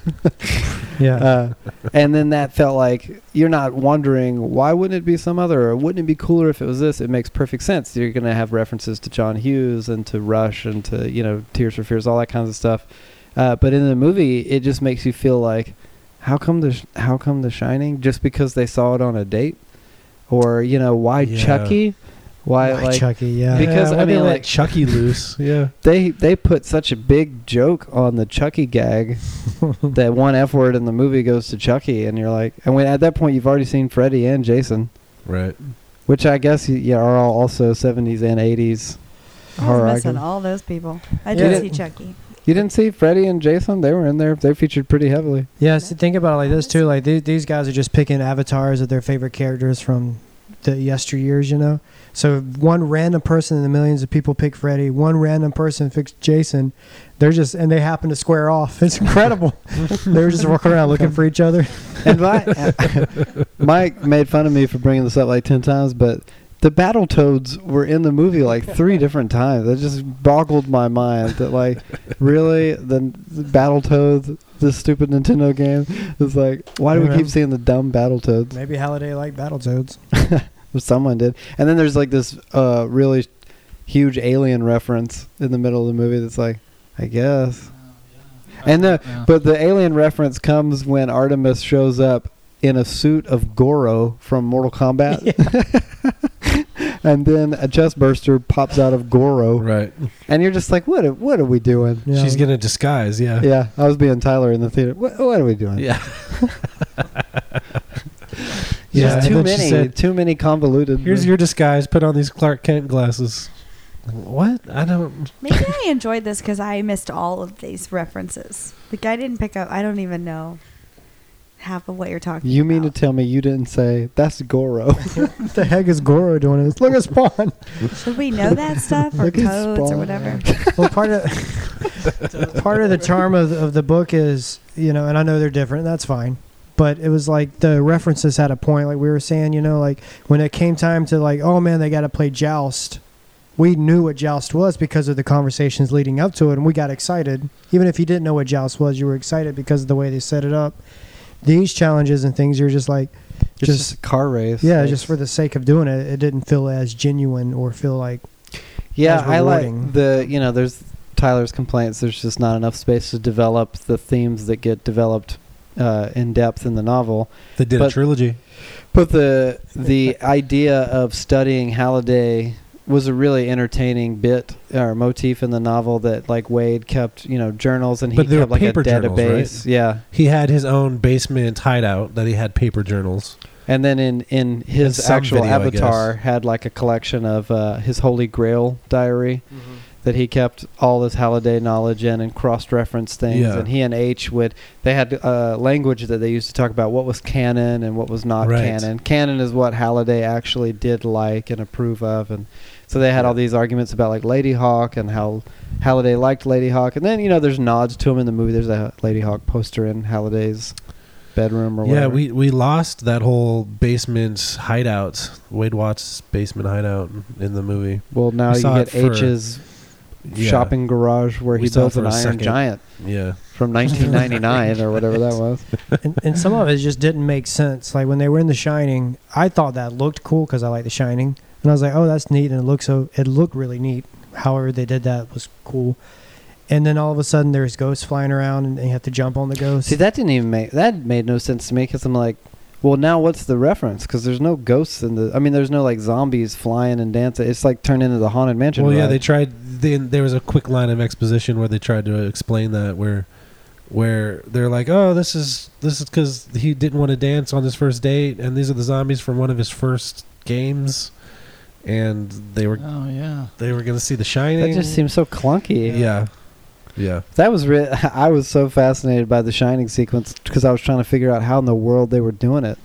Yeah. Uh, and then that felt like you're not wondering why wouldn't it be some other or wouldn't it be cooler if it was this? It makes perfect sense. You're going to have references to John Hughes and to Rush and to you know Tears for Fears, all that kinds of stuff. Uh, but in the movie, it just makes you feel like how come the sh- how come the Shining just because they saw it on a date or you know why Yeah. Chucky why, Why like Chucky. Yeah. Be- because, I why'd they mean, let like- Chucky loose. (laughs) Yeah. they they put such a big joke on the Chucky gag that one F word in the movie goes to Chucky, and you're like, and when at that point you've already seen Freddy and Jason, Right. which I guess y- yeah are all also 70s and 80s I was horror. missing icons. all those people. I You did didn't- see Chucky. You didn't see Freddy and Jason? They were in there. They featured pretty heavily. yeah. So think about it like this too. Like these, these guys are just picking avatars of their favorite characters from the yesteryears. You know. So one random person in the millions of people pick Freddy. One random person picks Jason. They're just and they happen to square off. (laughs) It's incredible. they were just walking around looking for each other. And my, Mike made fun of me for bringing this up like 10 times, but the Battletoads were in the movie like three different times. That just boggled my mind that, like, really? The, the Battletoads, this stupid Nintendo game? It's like, why do we Yeah. keep seeing the dumb Battletoads? (laughs) Maybe Halliday liked Battletoads. Someone did. And then there's like this uh, really huge alien reference in the middle of the movie that's like, I guess. And the, Yeah. (laughs) but the alien reference comes when Artemis shows up in a suit of Goro from Mortal (laughs) Kombat. and then a chest burster pops out of Goro. Right. And you're just like, what are, what are we doing? Yeah. She's gonna disguise. Yeah. Yeah, I was being Tyler in the theater. What, what are we doing? Yeah. There's Yeah, and too then she many, said- too many convoluted. Here's your disguise. Put on these Clark Kent glasses. What? I don't. Maybe I enjoyed this because I missed all of these references. Like I didn't pick up. I don't even know half of what you're talking. You mean to about. tell me you didn't say that's Goro? What the heck is Goro doing? It's look at Spawn. Should we know (laughs) that stuff or Look at codes or Spawn. (laughs) whatever? well, part of part of (laughs) the charm of, of the book is you know, and I know they're different. That's fine, but it was like the references had a point. Like we were saying, you know, like when it came time to like, oh man, they got to play joust. we knew what Joust was because of the conversations leading up to it, and we got excited. Even if you didn't know what Joust was, you were excited because of the way they set it up. These challenges and things, you're just like, It's (laughs) just, just a car race. yeah, It's- just for the sake of doing it, it didn't feel as genuine or feel like yeah. as I like rewarding. the you know there's Tyler's complaints. There's just not enough space to develop the themes that get developed uh, in depth in the novel. They did a But- trilogy. But the the idea of studying Halliday was a really entertaining bit or motif in the novel that like Wade kept you know journals and he But they were kept like a paper journals, right? database. Yeah, He had his own basement hideout that he had paper journals. and then in in And his some actual video, I avatar had like a collection of uh, his Holy Grail diary. that he kept all his Halliday knowledge in and cross-referenced things. Yeah. And he and H would they had uh, language that they used to talk about what was canon and what was not Right. canon. Canon is what Halliday actually did like and approve of, and so they had all these arguments about like Lady Hawk and how Halliday liked Lady Hawk. And then you know there's nods to him in the movie. There's a Lady Hawk poster in Halliday's bedroom or Yeah, whatever. we, we lost that whole basement hideout, Wade Watts' basement hideout in the movie. well now we you saw get it for- H's Yeah. shopping garage where We he saw it builds for an a iron second. giant Yeah. (laughs) from 1999 or whatever that was. and, and some of it just didn't make sense. Like when they were in The Shining, I thought that looked cool because I like The Shining, and I was like, "Oh, that's neat," and it looked so it looked really neat. However, they did that was cool. And then all of a sudden, there's ghosts flying around, and you have to jump on the ghosts. See, that didn't even make that made no sense to me because I'm like, well, now what's the reference? Because there's no ghosts in the. I mean, there's no like zombies flying and dancing. It's like turned into the haunted mansion. Well, yeah, ride. they tried. They, there was a quick line of exposition where they tried to explain that where where they're like, oh, this is this is because he didn't want to dance on his first date, and these are the zombies from one of his first games, and they were Oh yeah. they were gonna see The Shining. that just seems so clunky. yeah, yeah. That was re- (laughs) I was so fascinated by the Shining sequence because I was trying to figure out how in the world they were doing it.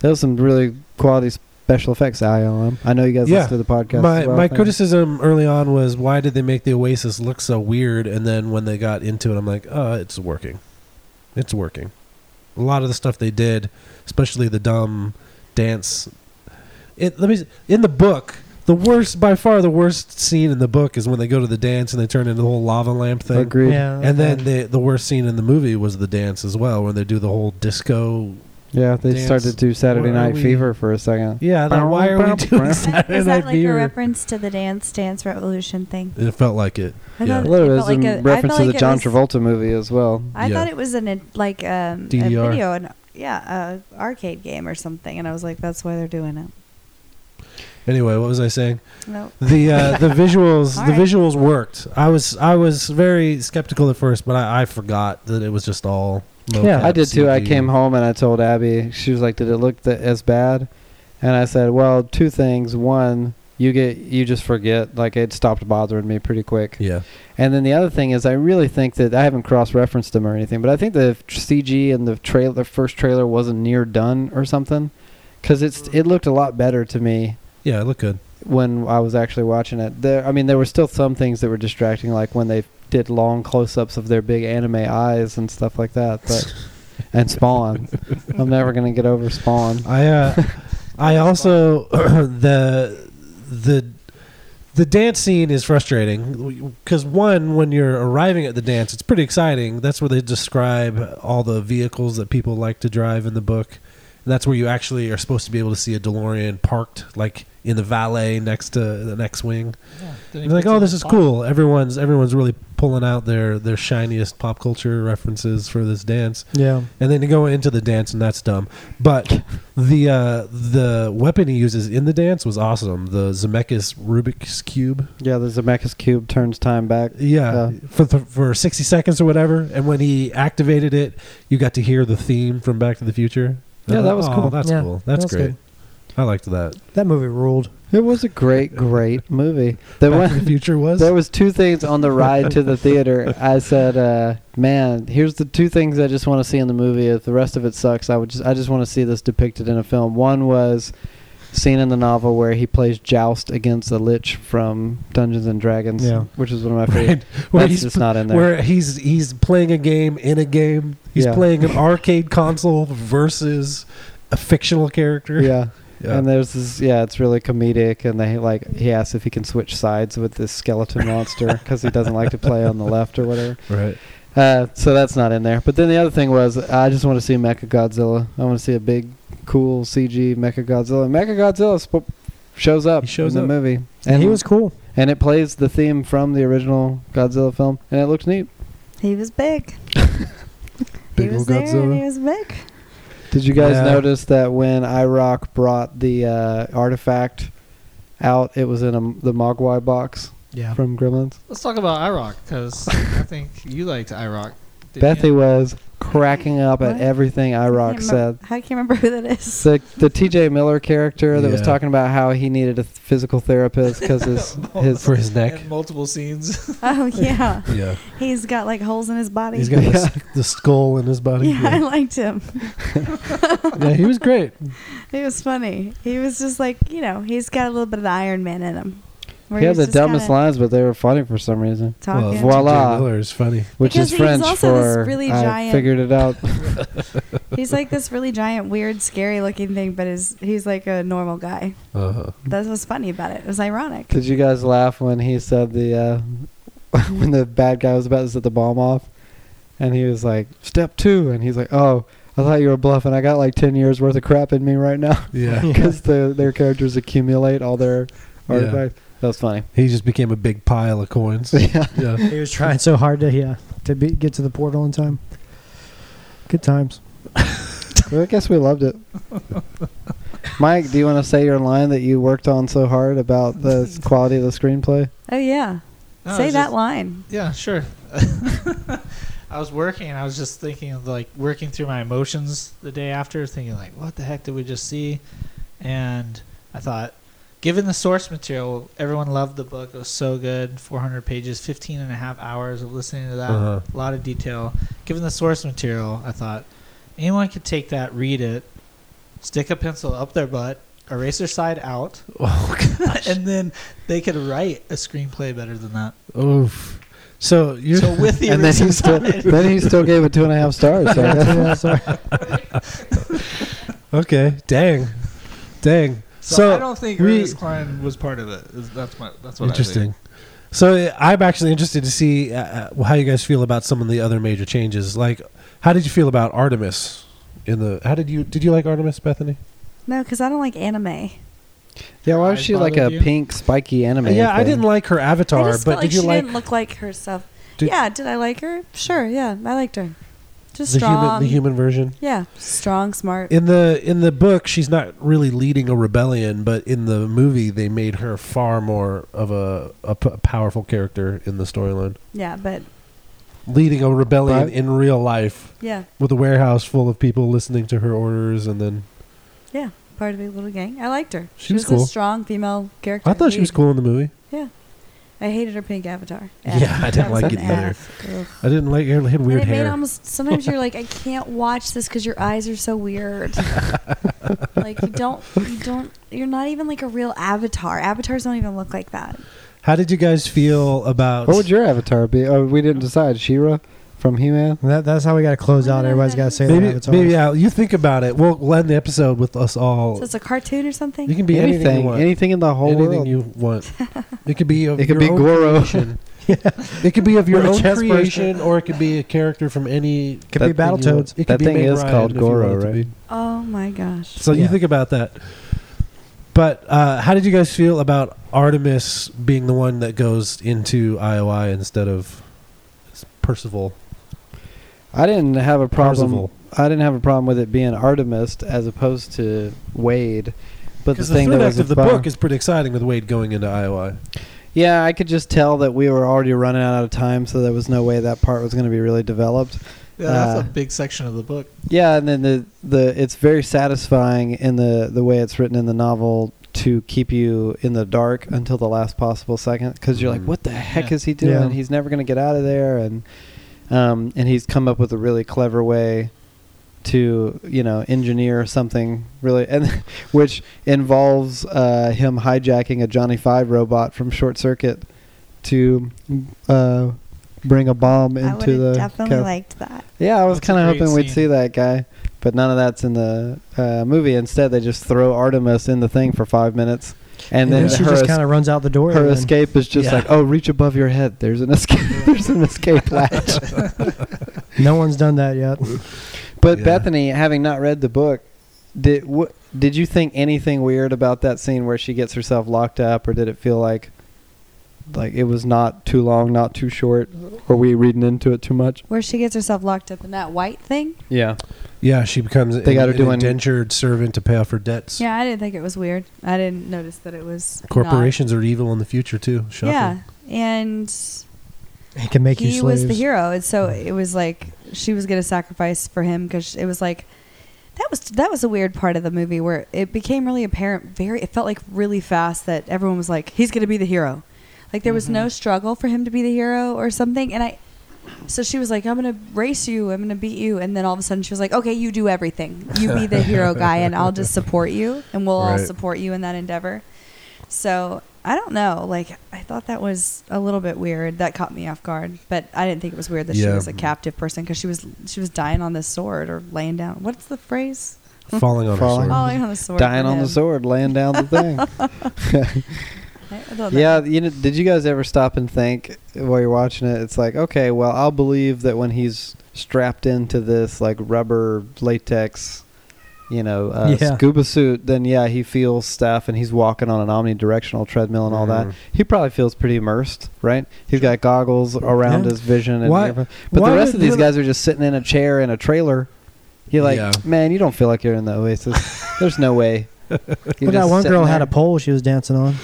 There was some really quality special effects. ILM. I know you guys Yeah. listen to the podcast. My as well, my thanks. criticism early on was why did they make the Oasis look so weird, and then when they got into it, I'm like, oh, it's working, it's working. A lot of the stuff they did, especially the dumb dance. It let me s- in the book. The worst, by far, the worst scene in the book is when they go to the dance and they turn into the whole lava lamp thing. Agreed. yeah, And then the the worst scene in the movie was the dance as well, when they do the whole disco. Yeah, they Dance. started to do Saturday Where are Night we? Fever for a second. Yeah, then why are we doing (laughs) Is that- Saturday is that Night like a Fever? reference to the Dance Dance Revolution thing? It felt like it. I Yeah. thought A it little bit felt was like in a- I reference felt to like the it John was- Travolta movie as well. I Yeah. thought it was in a like um, a DDR. video, an, yeah, a arcade game or something, and I was like, that's why they're doing it. Anyway, what was I saying? No, the uh, the visuals All the right. visuals worked. I was I was very skeptical at first, but I, I forgot that it was just all. Yeah, mocap, I did too. I CG. came home and I told Abby. She was like, "Did it look th- as bad?" And I said, "Well, two things. One, you get you just forget. Like it stopped bothering me pretty quick. Yeah, And then the other thing is, I really think that I haven't cross-referenced them or anything, but I think the tr- CG and the trailer, the first trailer, wasn't near done or something, because it's Mm. it looked a lot better to me yeah, it looked good. when I was actually watching it. There, I mean, there were still some things that were distracting, like when they did long close-ups of their big anime eyes and stuff like that. (laughs) But and Spawn, I'm never gonna get over Spawn. (laughs) I uh, I also (clears throat) the the the dance scene is frustrating because one, when you're arriving at the dance, it's pretty exciting. That's where they describe all the vehicles that people like to drive in the book. And that's where you actually are supposed to be able to see a DeLorean parked like in the valet next to the next wing. And they're like, oh, this is cool. Everyone's everyone's really pulling out their their shiniest pop culture references for this dance, yeah, and then you go into the dance, and that's dumb. But the uh, the weapon he uses in the dance was awesome. The Zemeckis Rubik's cube. Yeah, the Zemeckis cube turns time back. Yeah, Yeah. for th- for sixty seconds or whatever. And when he activated it, you got to hear the theme from Back to the Future. Yeah, that was Oh, cool. That's Yeah, cool. That's that was great. good. I liked that. that movie ruled. It was a great, great movie. The Back (laughs) to one- the Future was. There was two things on the ride to the theater. (laughs) I said, uh, "Man, here's the two things I just want to see in the movie. If the rest of it sucks, I would just I just want to see this depicted in a film." One was scene in the novel where he plays joust against the lich from Dungeons and Dragons, Yeah. which is one of my Right. favorites. (laughs) Where That's he's just not in there. where he's he's playing a game in a game. He's (laughs) Yeah. playing an arcade console versus a fictional character. yeah. Yeah. And there's this, yeah, it's really comedic. And they like he asks if he can switch sides with this skeleton monster because he doesn't like to play on the left or whatever. right. Uh, so that's not in there. But then the other thing was, I just want to see Mecha Godzilla. I want to see a big, cool CG Mecha Godzilla. Mecha Godzilla sp- shows up He shows in the up. movie, And he was cool. and it plays the theme from the original Godzilla film, and it looked neat. He (laughs) was big. Big he was old there and Godzilla. he was big. Did you guys Yeah. notice that when IROC brought the uh, artifact out, it was in a, the Mogwai box Yeah. from Gremlins? Let's talk about IROC because I think you liked IROC. didn't Bethy you? was cracking up at What? everything I IROC can't said. remember- I can't remember who that is. the the TJ Miller character that was Yeah. talking about how he needed a th- physical therapist because (laughs) his his For his neck. And multiple (laughs) scenes. (laughs) Oh yeah, Yeah. he's got like holes in his body. (laughs) He's got the, s- the skull in his body. yeah, I Yeah. liked him. Yeah, he was great. He was funny. He was just like you know he's got a little bit of the Iron Man in him. Where he had was the just dumbest kinda lines, but they were funny for some reason, Talking. Well, voila. Jay Miller is funny. which Because is he was French also this for really I giant- figured it out. He's like this really giant, weird, scary looking thing, but is he's like a normal guy. Uh-huh. That was funny about it. It was ironic. Did you guys laugh when he said the uh, (laughs) when the bad guy was about to set the bomb off, and he was like step two, and he's like, oh, I thought you were bluffing. I got like ten years worth of crap in me right now (laughs) Yeah. because the, their characters accumulate all their Yeah. artifacts. That was funny. (laughs) He just became a big pile of coins. (laughs) yeah. yeah. He was trying so hard to yeah to be, get to the portal in time. Good times. Well, I guess we loved it. Mike, do you want to say your line that you worked on so hard about the s- quality of the screenplay? Oh yeah, No, say it's that just- line. Yeah, sure. (laughs) I was working and I was just thinking of like working through my emotions the day after, thinking like, what the heck did we just see? And I thought, given the source material, everyone loved the book. It was so good. 400 pages, 15 and a half hours of listening to that. Uh-huh. A lot of detail. Given the source material, I thought anyone could take that, read it, stick a pencil up their butt, erase their side out, Oh, (laughs) (laughs) and then they could write a screenplay better than that. Oof. So you're So with the and then he erasing still then he still gave it two and a half stars. So Yeah, sorry. (laughs) okay. Dang. Dang. So, So, I don't think we- Ernest Klein was part of it. Is- That's my that's what I Interesting. So uh, I'm actually interested to see uh, uh, how you guys feel about some of the other major changes. Like, how did you feel about Artemis? In the how did you did you like Artemis, Bethany? No, because I don't like anime. (laughs) yeah, why I was she like a bothered you? pink spiky anime? yeah, I thing? didn't like her I avatar, just but felt like did you she like didn't look like herself. Did- yeah, did I like her? Sure. Yeah, I liked her. Just the strong. human the human version? Yeah, strong, smart. In the in the book, she's not really leading a rebellion, but in the movie, they made her far more of a, a p- powerful character in the storyline, yeah, but leading a rebellion Right. in real life yeah, with a warehouse full of people listening to her orders, and then yeah, part of a little gang. I liked her. She was was cool. a strong female character. I thought she was cool in the movie. I hated her pink avatar. Yeah, I didn't That was like an it either. F. Ugh. I didn't like her. Had And weird it made hair. almost sometimes you're like, I can't watch this because your eyes are (laughs) so weird. like you don't, you don't, you're not even like a real avatar. Avatars don't even look like that. How did you guys feel about? What would your avatar be? Oh, we didn't decide. Shira from He Man. That, that's how we got to close out. Everybody's got to say maybe their avatars. maybe Al, you think about it. We'll, we'll end the episode with us all. So it's a cartoon or something. you can be anything, you anything, want. anything in the whole anything world. you (laughs) want. It could be of It could your be own Goro. creation. It could be of your Or a own chess person. creation, or it could be a character from any. Could That thing be you Battletoads. It could That be thing Meg is Ryan called if you want Goro, it to right? be. oh my gosh. So you Yeah. think about that. But uh, how did you guys feel about Artemis being the one that goes into IOI instead of Percival? (laughs) I didn't have a problem. Parzival. I didn't have a problem with it being Artemis as opposed to Wade. But the Because the, thing third that act was of the about- book is pretty exciting with Wade going into IOI. Yeah, I could just tell that we were already running out of time, so there was no way that part was going to be really developed. Yeah, that's Uh, a big section of the book. Yeah, and then the the it's very satisfying in the the way it's written in the novel to keep you in the dark until the last possible second because you're like, Mhm. what the heck Yeah. is he doing? Yeah. He's never going to get out of there, and um, and he's come up with a really clever way to you know engineer something really (laughs) and which involves uh, him hijacking a Johnny Five robot from Short Circuit to uh, bring a bomb I would into have the definitely cas- liked that. yeah, I was That's a kind of great hoping we'd scene. see that guy, But none of that's in the uh, movie. Instead, they just throw Artemis in the thing for five minutes, and, then, then, she her, just es- kind of runs out the door. her then. escape is just Yeah. like, oh, reach above your head. There's an escape. (laughs) There's an escape latch. No one's done that yet. But Yeah. Bethany, having not read the book, did wh- did you think anything weird about that scene where she gets herself locked up, or did it feel like like it was not too long, not too short? Were we reading into it too much? Where she gets herself locked up in that white thing. Yeah, Yeah, she becomes They an- got her an doing- indentured servant to pay off her debts. Yeah, I didn't think it was weird. I didn't notice that it was not- Corporations are evil in the future too. Shocking. Yeah, and It can make you he slaves. was the hero, and so it was like she was going to sacrifice for him because it was like that was that was a weird part of the movie where it became really apparent. Very, it felt like really fast that everyone was like, he's going to be the hero. Like there was Mm-hmm. no struggle for him to be the hero or something, and I. So she was like, "I'm gonna race you. I'm gonna beat you." And then all of a sudden, she was like, "Okay, you do everything. You be the hero guy, and I'll just support you, and we'll (laughs) all Right. support you in that endeavor." So I don't know. Like I thought that was a little bit weird. That caught me off guard. But I didn't think it was weird that she Yeah. was a captive person because she was she was dying on this sword or laying down. What's the phrase? Falling on Falling. her sword. Falling on the sword. dying for on the him. sword, laying down the thing. I- I thought that- yeah, you know, did you guys ever stop and think while you're watching it? It's like, okay, well, I'll believe that when he's strapped into this like rubber latex, you know, uh, Yeah. scuba suit, then yeah, he feels stuff and he's walking on an omnidirectional treadmill and all that. Mhm. He probably feels pretty immersed, right? He's got goggles around Yeah. his vision and Why- everything. But why the rest would of these you- guys are just sitting in a chair in a trailer. You're like, Yeah. man, you don't feel like you're in the (laughs) Oasis. There's no way. You're But that just one sitting girl had there. a pole she was dancing on.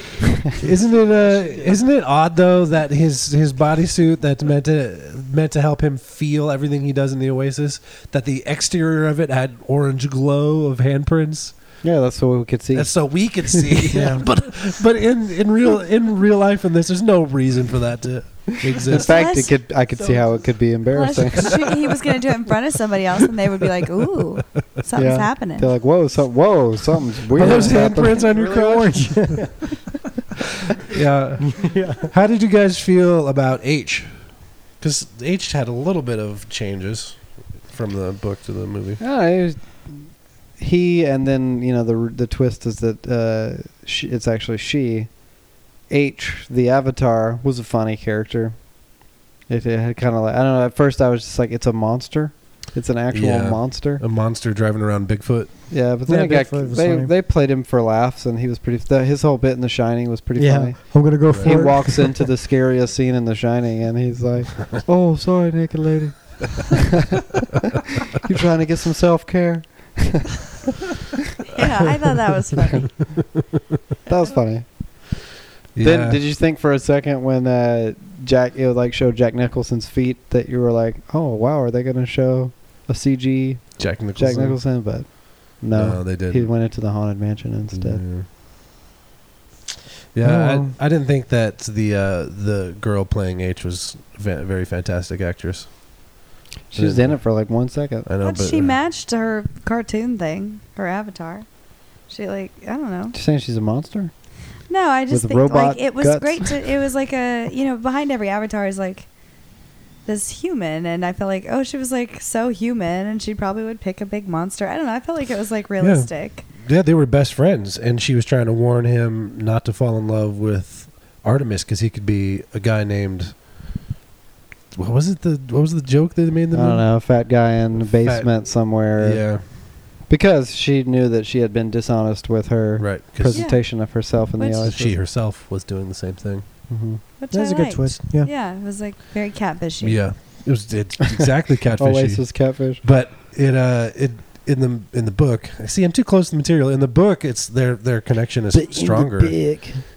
Isn't it uh, isn't it odd though that his his bodysuit that's meant to meant to help him feel everything he does in the Oasis that the exterior of it had orange glow of handprints Yeah, that's what we could see. that's so we (laughs) could see Yeah. (laughs) but but in in real in real life in this there's no reason for (laughs) that to In exist fact, it Plus- could I could see how it could be Plus, embarrassing. she- he was going to do it in front of somebody else, and they would be like, "Ooh, something's Yeah. happening." They're like, whoa, some, whoa, something's Are weird. those happening." handprints on your crotch? (laughs) yeah. How did you guys feel about H? Because H had a little bit of changes from the book to the movie. Yeah, it was- he and then you know the the twist is that uh, she, it's actually she. H the Avatar was a funny character. It, it had kind of like I don't know. At first, I was just like, it's a monster. It's an actual Yeah. monster. A monster driving around Bigfoot. Yeah, but then Yeah, it Bigfoot got was they funny. they played him for laughs, and he was pretty. The, his whole bit in The Shining was pretty yeah, funny. I'm gonna go Right. for He it. walks into the scariest scene in The Shining, and he's (laughs) like, "Oh, sorry, naked lady. you trying to get some self care? (laughs) yeah, I thought (laughs) that was funny. That was funny." Yeah. Then did you think for a second when uh, Jack it would like show Jack Nicholson's feet that you were like, "Oh wow, are they going to show a CG Jack Nicholson? Jack Nicholson?" But no, they Mm-hmm. did. he went into the haunted mansion instead. Yeah, yeah um, No. I, I didn't think that the uh, the girl playing H was fa- very fantastic actress. She was in it for like one second. I know, But but she matched her cartoon thing, her avatar. She like I don't know. She's saying she's a monster. No, I just With think robot like it was guts. great to it was like a you know behind every avatar is like this human and I felt like oh she was like so human and she probably would pick a big monster. I don't know. I felt like it was like realistic. Yeah, they were best friends, and she was trying to warn him not to fall in love with Artemis because he could be a guy named. What was it? The what was the joke that they made? in I The don't know, a fat guy in the Fat- basement somewhere. movie? Yeah, Because she knew that she had been dishonest with her right. Because presentation of herself in Which- the eyes. she herself was doing the same thing. hmm Which That was I a good liked. twist. Yeah. Yeah, it was like very catfishy. Yeah, it was it's (laughs) exactly catfishy. Oasis catfish. But it uh it in the in the book. See, I'm too close to the material. In the book, it's their their connection is stronger.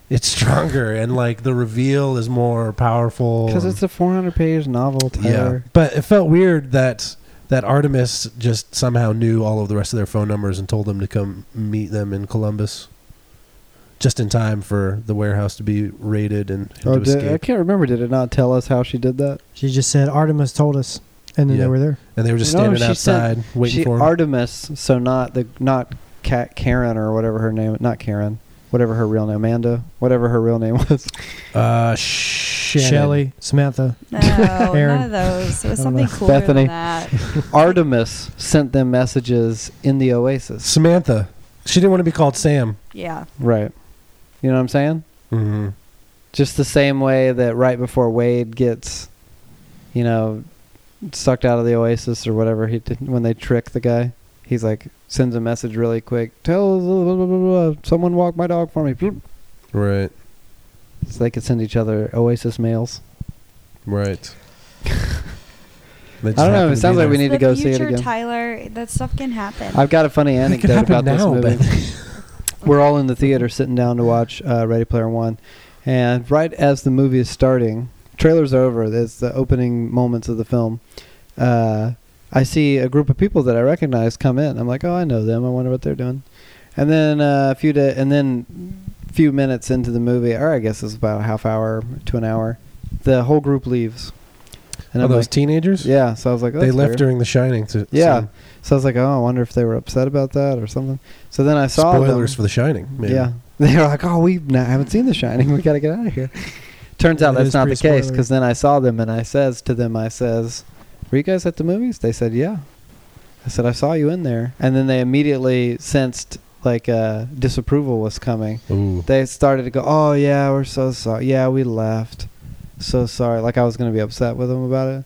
It's stronger, and like the reveal is more powerful. Because and- it's a 400 page novel, Tyler. Yeah, but it felt weird that that Artemis just somehow knew all of the rest of their phone numbers and told them to come meet them in Columbus, just in time for the warehouse to be raided and him Or to Oh, did, I escape. can't remember. Did it not tell us how she did that? She just said Artemis told us, and then Yeah. they were there. And they were just No, standing she said- outside waiting she for him. Artemis, so not the not Cat Karen or whatever her (laughs) name. Not Karen, whatever her real name. Amanda, whatever her real name was. uh, sh- Shannon. Shelley, Samantha. No, (laughs) none Aaron. of those. It was I don't know. something cooler Bethany. than that. Artemis sent them messages in the Oasis. Samantha. She didn't want to be called Sam. Yeah. Right. You know what I'm saying? Mm-hmm. Just the same way that right before Wade gets, you know, sucked out of the Oasis or whatever he did when they trick the guy, he's like sends a message really quick. Tell blah, blah, blah, blah, someone walk my dog for me. Bloop. Right. So they could send each other Oasis mails. (laughs) Right. I don't know, it sounds like (laughs) we need- to the go see it future, again. Tyler. That stuff can happen. I've got a funny anecdote happen about this now, movie. We're all in the theater sitting down to watch uh, Ready Player One, and right as the movie is starting, trailer's over. It's the opening moments of the film. Uh, I see a group of people that I recognize come in. I'm like, oh, I know them. I wonder what they're doing. And then uh, a few da and then few minutes into the movie, or I guess it's about a half hour to an hour, the whole group leaves. (laughs) And Are I'm Oh, those like, teenagers? yeah. So I was like, They "That's left weird." during The Shining. To Yeah. scene. So I was like, oh, I wonder if they were upset about that or something. So then I saw them. Spoilers for The Shining. Maybe. Yeah. (laughs) They were like, oh, we now haven't seen The Shining. We got to get out of here. Turns out That that's is not the pretty case spoilery. because then I saw them and I says to them, I says, were you guys at the movies? They said, yeah. I said, I saw you in there. And then they immediately sensed like uh, disapproval was coming. Ooh. They started to go, oh, yeah, we're so sorry. Yeah, we left. So sorry. Like I was going to be upset with them about it.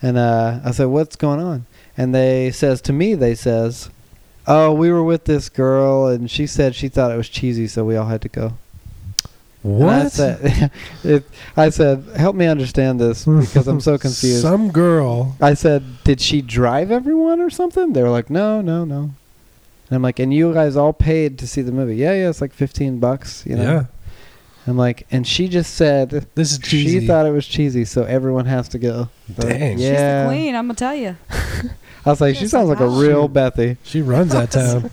And uh, I said, what's going on? And they says to me, they says, oh, we were with this girl and she said she thought it was cheesy. So we all had to go. And I What? said, (laughs) it, I said, help me understand this because I'm (laughs) so confused. Some girl. I said, did she drive everyone or something? They were like, no, no, no. And I'm like, and you guys all paid to see the movie. Yeah, yeah, it's like 15 bucks, you know? Yeah. I'm like, and she just said This is cheesy. she thought it was cheesy, so everyone has to go. Yeah. Dang. She's the queen. I'm gonna tell you. I was like, she Yes, sounds like a wow. real Bethy. She (laughs) runs that town.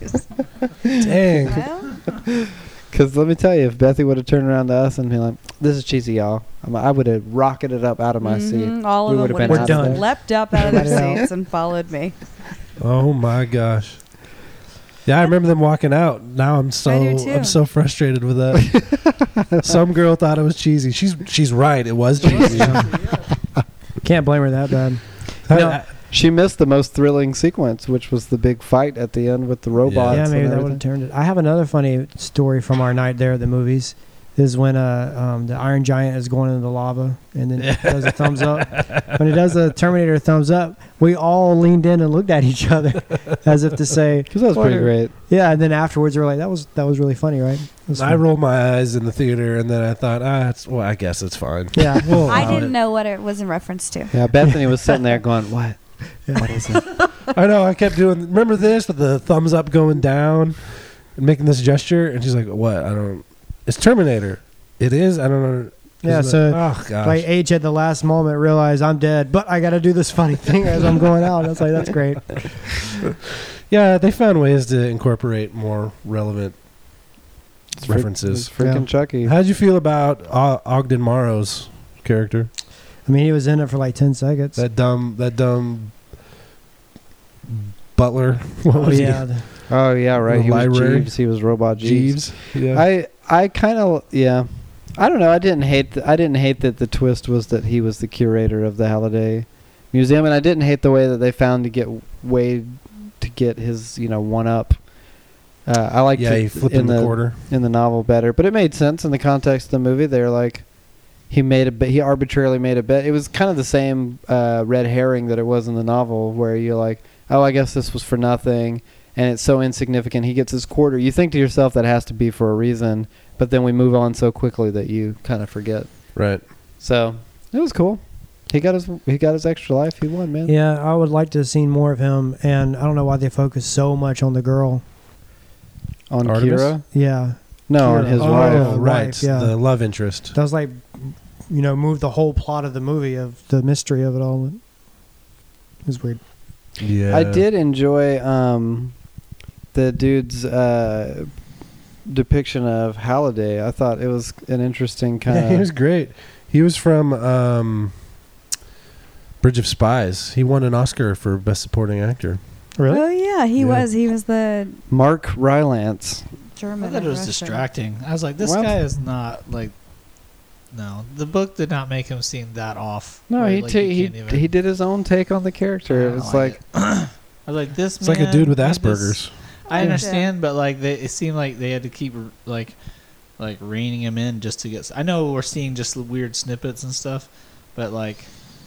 Dang. well, Because let me tell you, if Bethy would have turned around to us and been like, this is cheesy, y'all, I'm like, I would have rocketed up out of my seat. mhm, all We of would've them would been have out of just there. leapt up out of (laughs) Everybody their out. seats and followed me. Oh my gosh. Yeah, I remember them walking out. Now I'm so I do too. I'm so frustrated with that. (laughs) Some girl thought it was cheesy. She's she's right. It was cheesy. Can't blame her that bad. I- She missed the most thrilling sequence, which was the big fight at the end with the robots. yeah, maybe and that would have everything. turned it. I have another funny story from our night there at the movies. This is when uh, um, the Iron Giant is going into the lava and then does a thumbs up. When he does the Terminator thumbs up, we all leaned in and looked at each other as if to say, 'Cause that was pretty Wonder- great. "Yeah." And then afterwards, we we're like, "That was that was really funny, right?" It was I fun. rolled my eyes in the theater, and then I thought, ah, it's, well, I guess it's fine. (laughs) Yeah, well, I Wow. didn't know what it was in reference to. Yeah, Bethany was sitting there going, what? What is it? I know. I kept doing. Remember this with the thumbs up going down, and making this gesture, and she's like, "What? I don't." It's Terminator. It is. I don't know. Yeah, Isn't it? oh gosh. like H at the last moment realized I'm dead, but I got to do this funny thing as I'm going out. I was like, "That's great." yeah, they found ways to incorporate more relevant (laughs) It's freak- references. It's freaking Yeah. Chucky. How did you feel about o- Ogden Morrow's character? I mean, he was in it for like ten seconds. That dumb. That dumb. Butler. (laughs) What oh, was he? yeah, Oh, yeah, right. The He was library. Jeeves. He was Robot Jeeves. Jeeves. Yeah. I I kind of yeah. I don't know. I didn't hate. Th- I didn't hate that the twist was that he was the curator of the Halliday Museum, and I didn't hate the way that they found to get Wade to get his you know one up. Uh, I liked yeah, it he flipped in in the quarter. in the novel better, but it made sense in the context of the movie. They were like, he made a bet. He arbitrarily made a bet. It was kind of the same uh, red herring that it was in the novel, where you're like, oh, I guess this was for nothing, and it's so insignificant. He gets his quarter. You think to yourself that has to be for a reason, but then we move on so quickly that you kind of forget. Right. So it was cool. He got his he got his extra life. He won, man. Yeah, I would like to have seen more of him, and I don't know why they focus so much on the girl. On Artemis? Kira. Yeah, No, on Kira. his Oh, wife. yeah. the right. wife, yeah. The love interest. that was like, you know, move the whole plot of the movie of the mystery of it all. It was weird. Yeah. I did enjoy um, the dude's uh, depiction of Halliday. I thought it was an interesting kind Yeah, he was of. great. He was from um, Bridge of Spies. He won an Oscar for Best Supporting Actor. Really? Oh yeah, he Yeah. was. He was the Mark Rylance. German. I thought it or was Russian. distracting. I was like, this Well- guy is not like No, the book did not make him seem that off. No, where, he like, ta- you he can't even- he did his own take on the character. I It don't was like, I was like (clears throat) this. It's like a man dude with did this- Asperger's. I Yeah. understand, but like they, it seemed like they had to keep like like reining him in just to get. s- I know we're seeing just the weird snippets and stuff, but like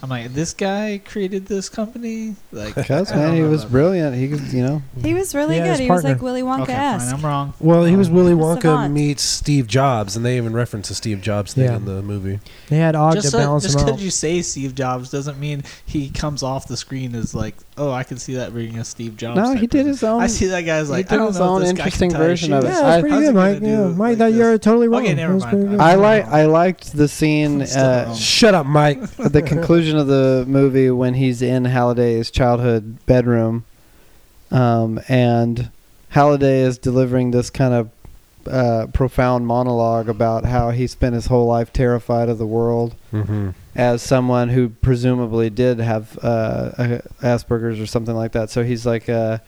I'm like this guy created this company. Like, (laughs) because I don't man, he know was about- brilliant. He could, you know, He was really Yeah, his good. He was partner. like Willy Wonka okay, fine, esque. I'm wrong. Well, he was Um, Willy Wonka savant. meets Steve Jobs, and they even reference a Steve Jobs thing Yeah. in the movie. They had Og to Just, so, balance just him out. because you say Steve Jobs doesn't mean he comes off the screen as like, oh, I can see that being a Steve Jobs. no, type he did person." his own. I see that guy's he like, did I don't his know own if this guy interesting can tie his version of shoes. it. yeah, that's I- pretty how's good, it gonna Mike. do Yeah, like Mike, that this? you're totally wrong. Okay, never That was mind. pretty good. I like I liked the scene Still uh, wrong. Shut up, Mike. (laughs) at the conclusion of the movie when he's in Halliday's childhood bedroom, um, and Halliday is delivering this kind of uh, profound monologue about how he spent his whole life terrified of the world mm-hmm. as someone who presumably did have uh, a- Asperger's or something like that. So he's like uh,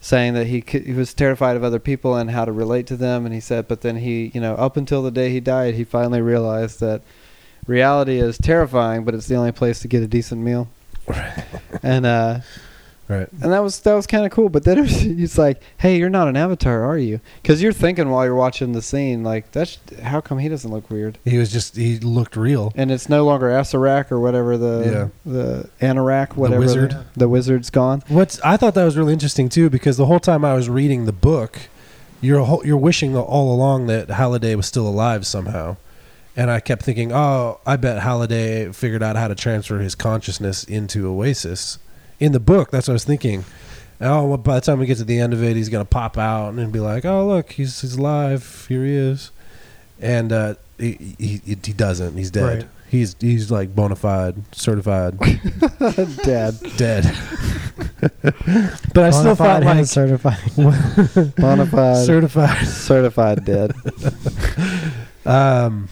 saying that he c he was terrified of other people and how to relate to them. And he said, but then he, you know, up until the day he died, he finally realized that reality is terrifying, but it's the only place to get a decent meal. and uh, Right. and that was that was kind of cool. But then (laughs) it was- he's like, "Hey, you're not an avatar, are you?" Because you're thinking while you're watching the scene, like, "That's how come he doesn't look weird." He was just he looked real. and it's no longer Asarak or whatever the the Anorak, whatever the, wizard. wizard's gone. (laughs) What's I thought that was really interesting too because the whole time I was reading the book, you're ho- you're wishing all along that Halliday was still alive somehow, and I kept thinking, oh, I bet Halliday figured out how to transfer his consciousness into Oasis. In the book, that's what I was thinking. Oh, well, by the time we get to the end of it, he's gonna pop out and be like, oh look, he's he's alive. Here he is, and uh, he, he he he doesn't. He's dead. Right. He's he's like bona fide, certified Dad, dead. but I still Bonafide felt and like (laughs) certified. bona fide, certified. certified dead. Um,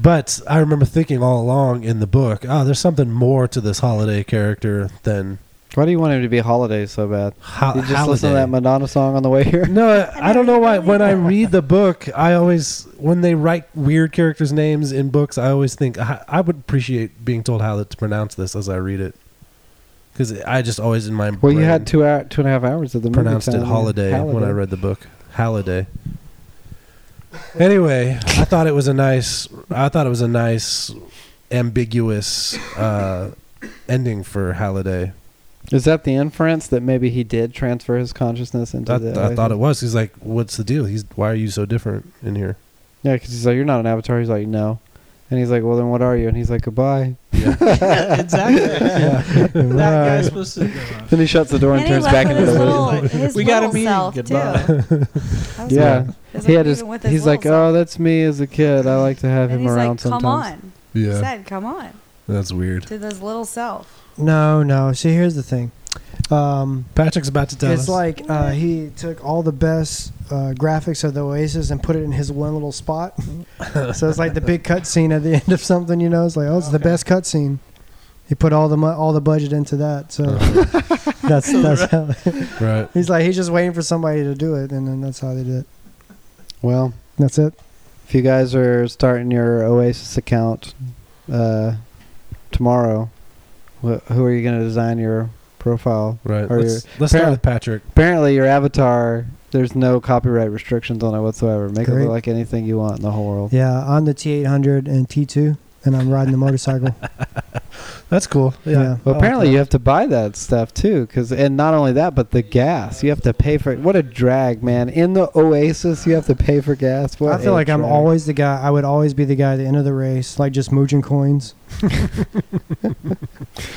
but I remember thinking all along in the book, oh, there's something more to this holiday character than Why do you want him to be holiday so bad? ho- You just Uh, holiday. listen to that Madonna song on the way here. (laughs) no, I, I don't know why. really- When I read the book, I always when they write weird characters' names in books, I always think I, I would appreciate being told how to pronounce this as I read it, because I just always in my Well, you brain had two hour, two and a half hours of the movie pronounced it time. holiday, when I read the book. Halliday. Anyway, I thought it was a nice. I thought it was a nice, ambiguous uh, ending for Halliday. Is that the inference that maybe he did transfer his consciousness into I, the? I thought it was. He's like, "What's the deal? He's why are you so different in (laughs) here?" Yeah, because he's like, "You're not an avatar." He's like, "No," and he's like, "Well, then what are you?" And he's like, "Goodbye." Yeah, (laughs) exactly. that guy's supposed to. Then he shuts the door and, And he turns left back with into his the wizard. little, Like, his "We got a little meeting, self goodbye." too. That was Yeah. weird. It's he like had his, even with he's little like, self. oh, that's me as a kid. I like to have and him he's around like, sometimes. come on. He Yeah, said, come on that's weird. to this little self. (laughs) No, no. See, here's the thing. Um, Patrick's about to tell it's us. like uh, he took all the best uh, graphics of the Oasis and put it in his one little (laughs) spot. so it's like the big cut scene at the (laughs) end of something, you know. It's like, oh, it's the Okay. best cut scene. He put all the mu- all the budget into that. So (laughs) that's that's how (laughs) (laughs) right. he's like he's just waiting for somebody to do it, and then that's how they did it. Well, That's it. if you guys are starting your Oasis account uh, tomorrow, wh- who are you going to design your profile? Right. Or Let's, let's start with Patrick. Apparently, your avatar, there's no copyright restrictions on it whatsoever. Make it Great. look like anything you want in the whole world. Yeah, I'm the T800 and T2, and I'm riding the motorcycle. That's cool. Yeah. Yeah. Well, I like apparently, that. you have to buy that stuff too, 'cause and not only that, but the gas you have to pay for. it. What a drag, man! In the Oasis, you have to pay for gas. What I a feel like I'm drag. always the guy. I would always be the guy at the end of the race, like just mooching coins, (laughs)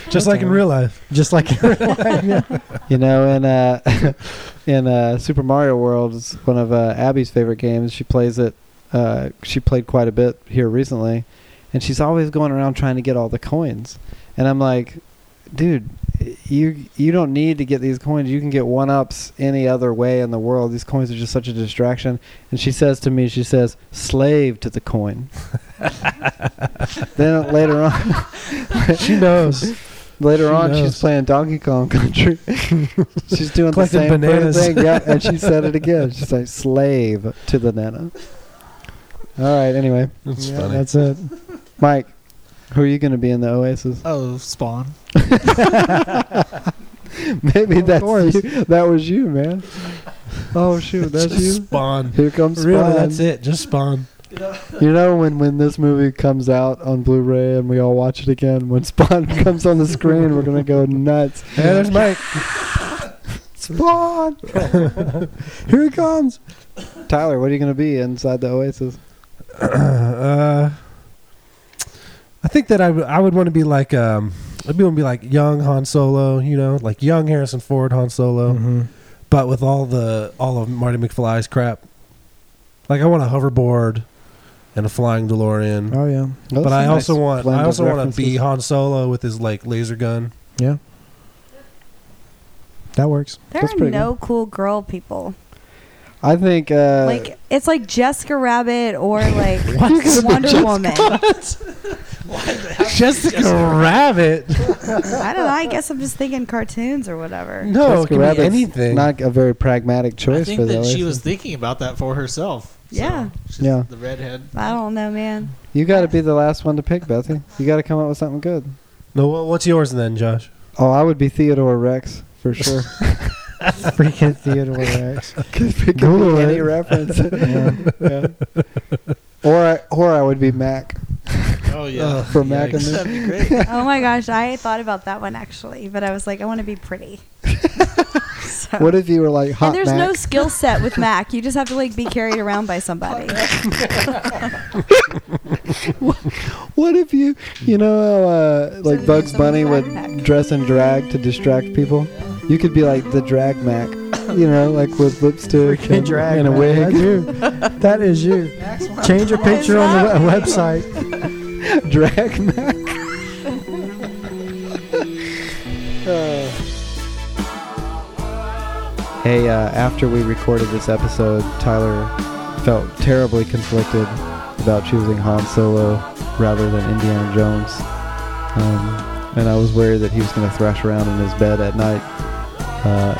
just like in real life. (laughs) just like in real life. Yeah. You know, in uh, (laughs) in uh, Super Mario World, it's one of uh, Abby's favorite games. She plays it. Uh, she played quite a bit here recently, and she's always going around trying to get all the coins. And I'm like, dude, you you don't need to get these coins. You can get one ups any other way in the world. These coins are just such a distraction. And she says to me, she says, "Slave to the coin." then later on, She (laughs) knows. Later She on, she's knows. playing Donkey Kong Country. she's doing the Collecting same bananas. bananas. thing, (laughs) yeah, and she said it again. She's like slave to the nana. All right. Anyway, That's Yeah, funny. that's it. Mike, who are you going to be in the Oasis? (laughs) (laughs) Oh, Spawn. Maybe Of that's course. you. that was you, man. Oh shoot, (laughs) that's you. Spawn. Here comes Really, Spawn. that's it. Just Spawn. You know when when this movie comes out on Blu-ray and we all watch it again, when Spawn (laughs) comes on the screen, we're gonna go nuts. Hey, there's Mike. Spawn, here he comes. Tyler, what are you gonna be inside the Oasis? (clears throat) uh, I think that I would- I would want to be like um I'd be want to be like young Han Solo, you know, like young Harrison Ford Han Solo, Mm-hmm. but with all the all of Marty McFly's crap. Like I want a hoverboard and a flying DeLorean, Oh yeah, Oh, but that's I a also nice want blend I of also want to be references. Han Solo with his like laser gun. yeah. That works. There That's are pretty no cool girl people. I think uh, like it's like Jessica Rabbit or like You're gonna be Wonder Jessica- Woman. Jessica Rabbit. I don't know. I guess I'm just thinking cartoons or whatever. (laughs) No, it Jessica can be Rabbit's anything. Not a very pragmatic I choice think for that the Oasis. she was thinking about that for herself. So Yeah. she's Yeah. The redhead. I don't know, man. you got to be the last one to pick, Betsy. You got to come up with something good. no, well, what's yours then, Josh? Oh, I would be Theodore Rex for (laughs) sure. Freaking Theodore Rex. (laughs) Could pick Google any it. reference. Yeah. Yeah. Or I, or I would be Mac. Oh yeah. Uh, from Yikes. (laughs) Mac and That'd be (laughs) great. Oh my gosh, I thought about that one actually, but I was like, I want to (laughs) be pretty. So- What if you were like hot and there's Mac? no skill set with Mac. You just have to like be carried around by somebody. what if you you know how uh, like there's Bugs someone Bunny would drag Mac. dress and drag to distract people? You could be like the drag Mac, you know, like with lipstick Freaking and, drag and a man, wig. (laughs) That's you. That is you. Change your picture on the we- website. drag Mac. Uh. Hey, uh, after we recorded this episode, Tyler felt terribly conflicted about choosing Han Solo rather than Indiana Jones. Um, and I was worried that he was going to thrash around in his bed at night uh,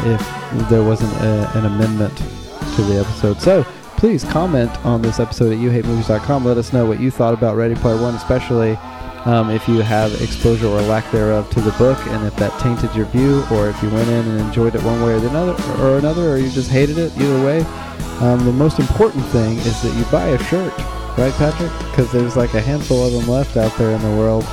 if there wasn't a, an amendment to the episode. So please comment on this episode at youhatemovies.com. Let us know what you thought about Ready Player One, especially um, if you have exposure or lack thereof to the book, and if that tainted your view, or if you went in and enjoyed it one way or the another, or another, or you just hated it. Either way, um, the most important thing is that you buy a shirt, right, Patrick? Because there's like a handful of them left out there in the world.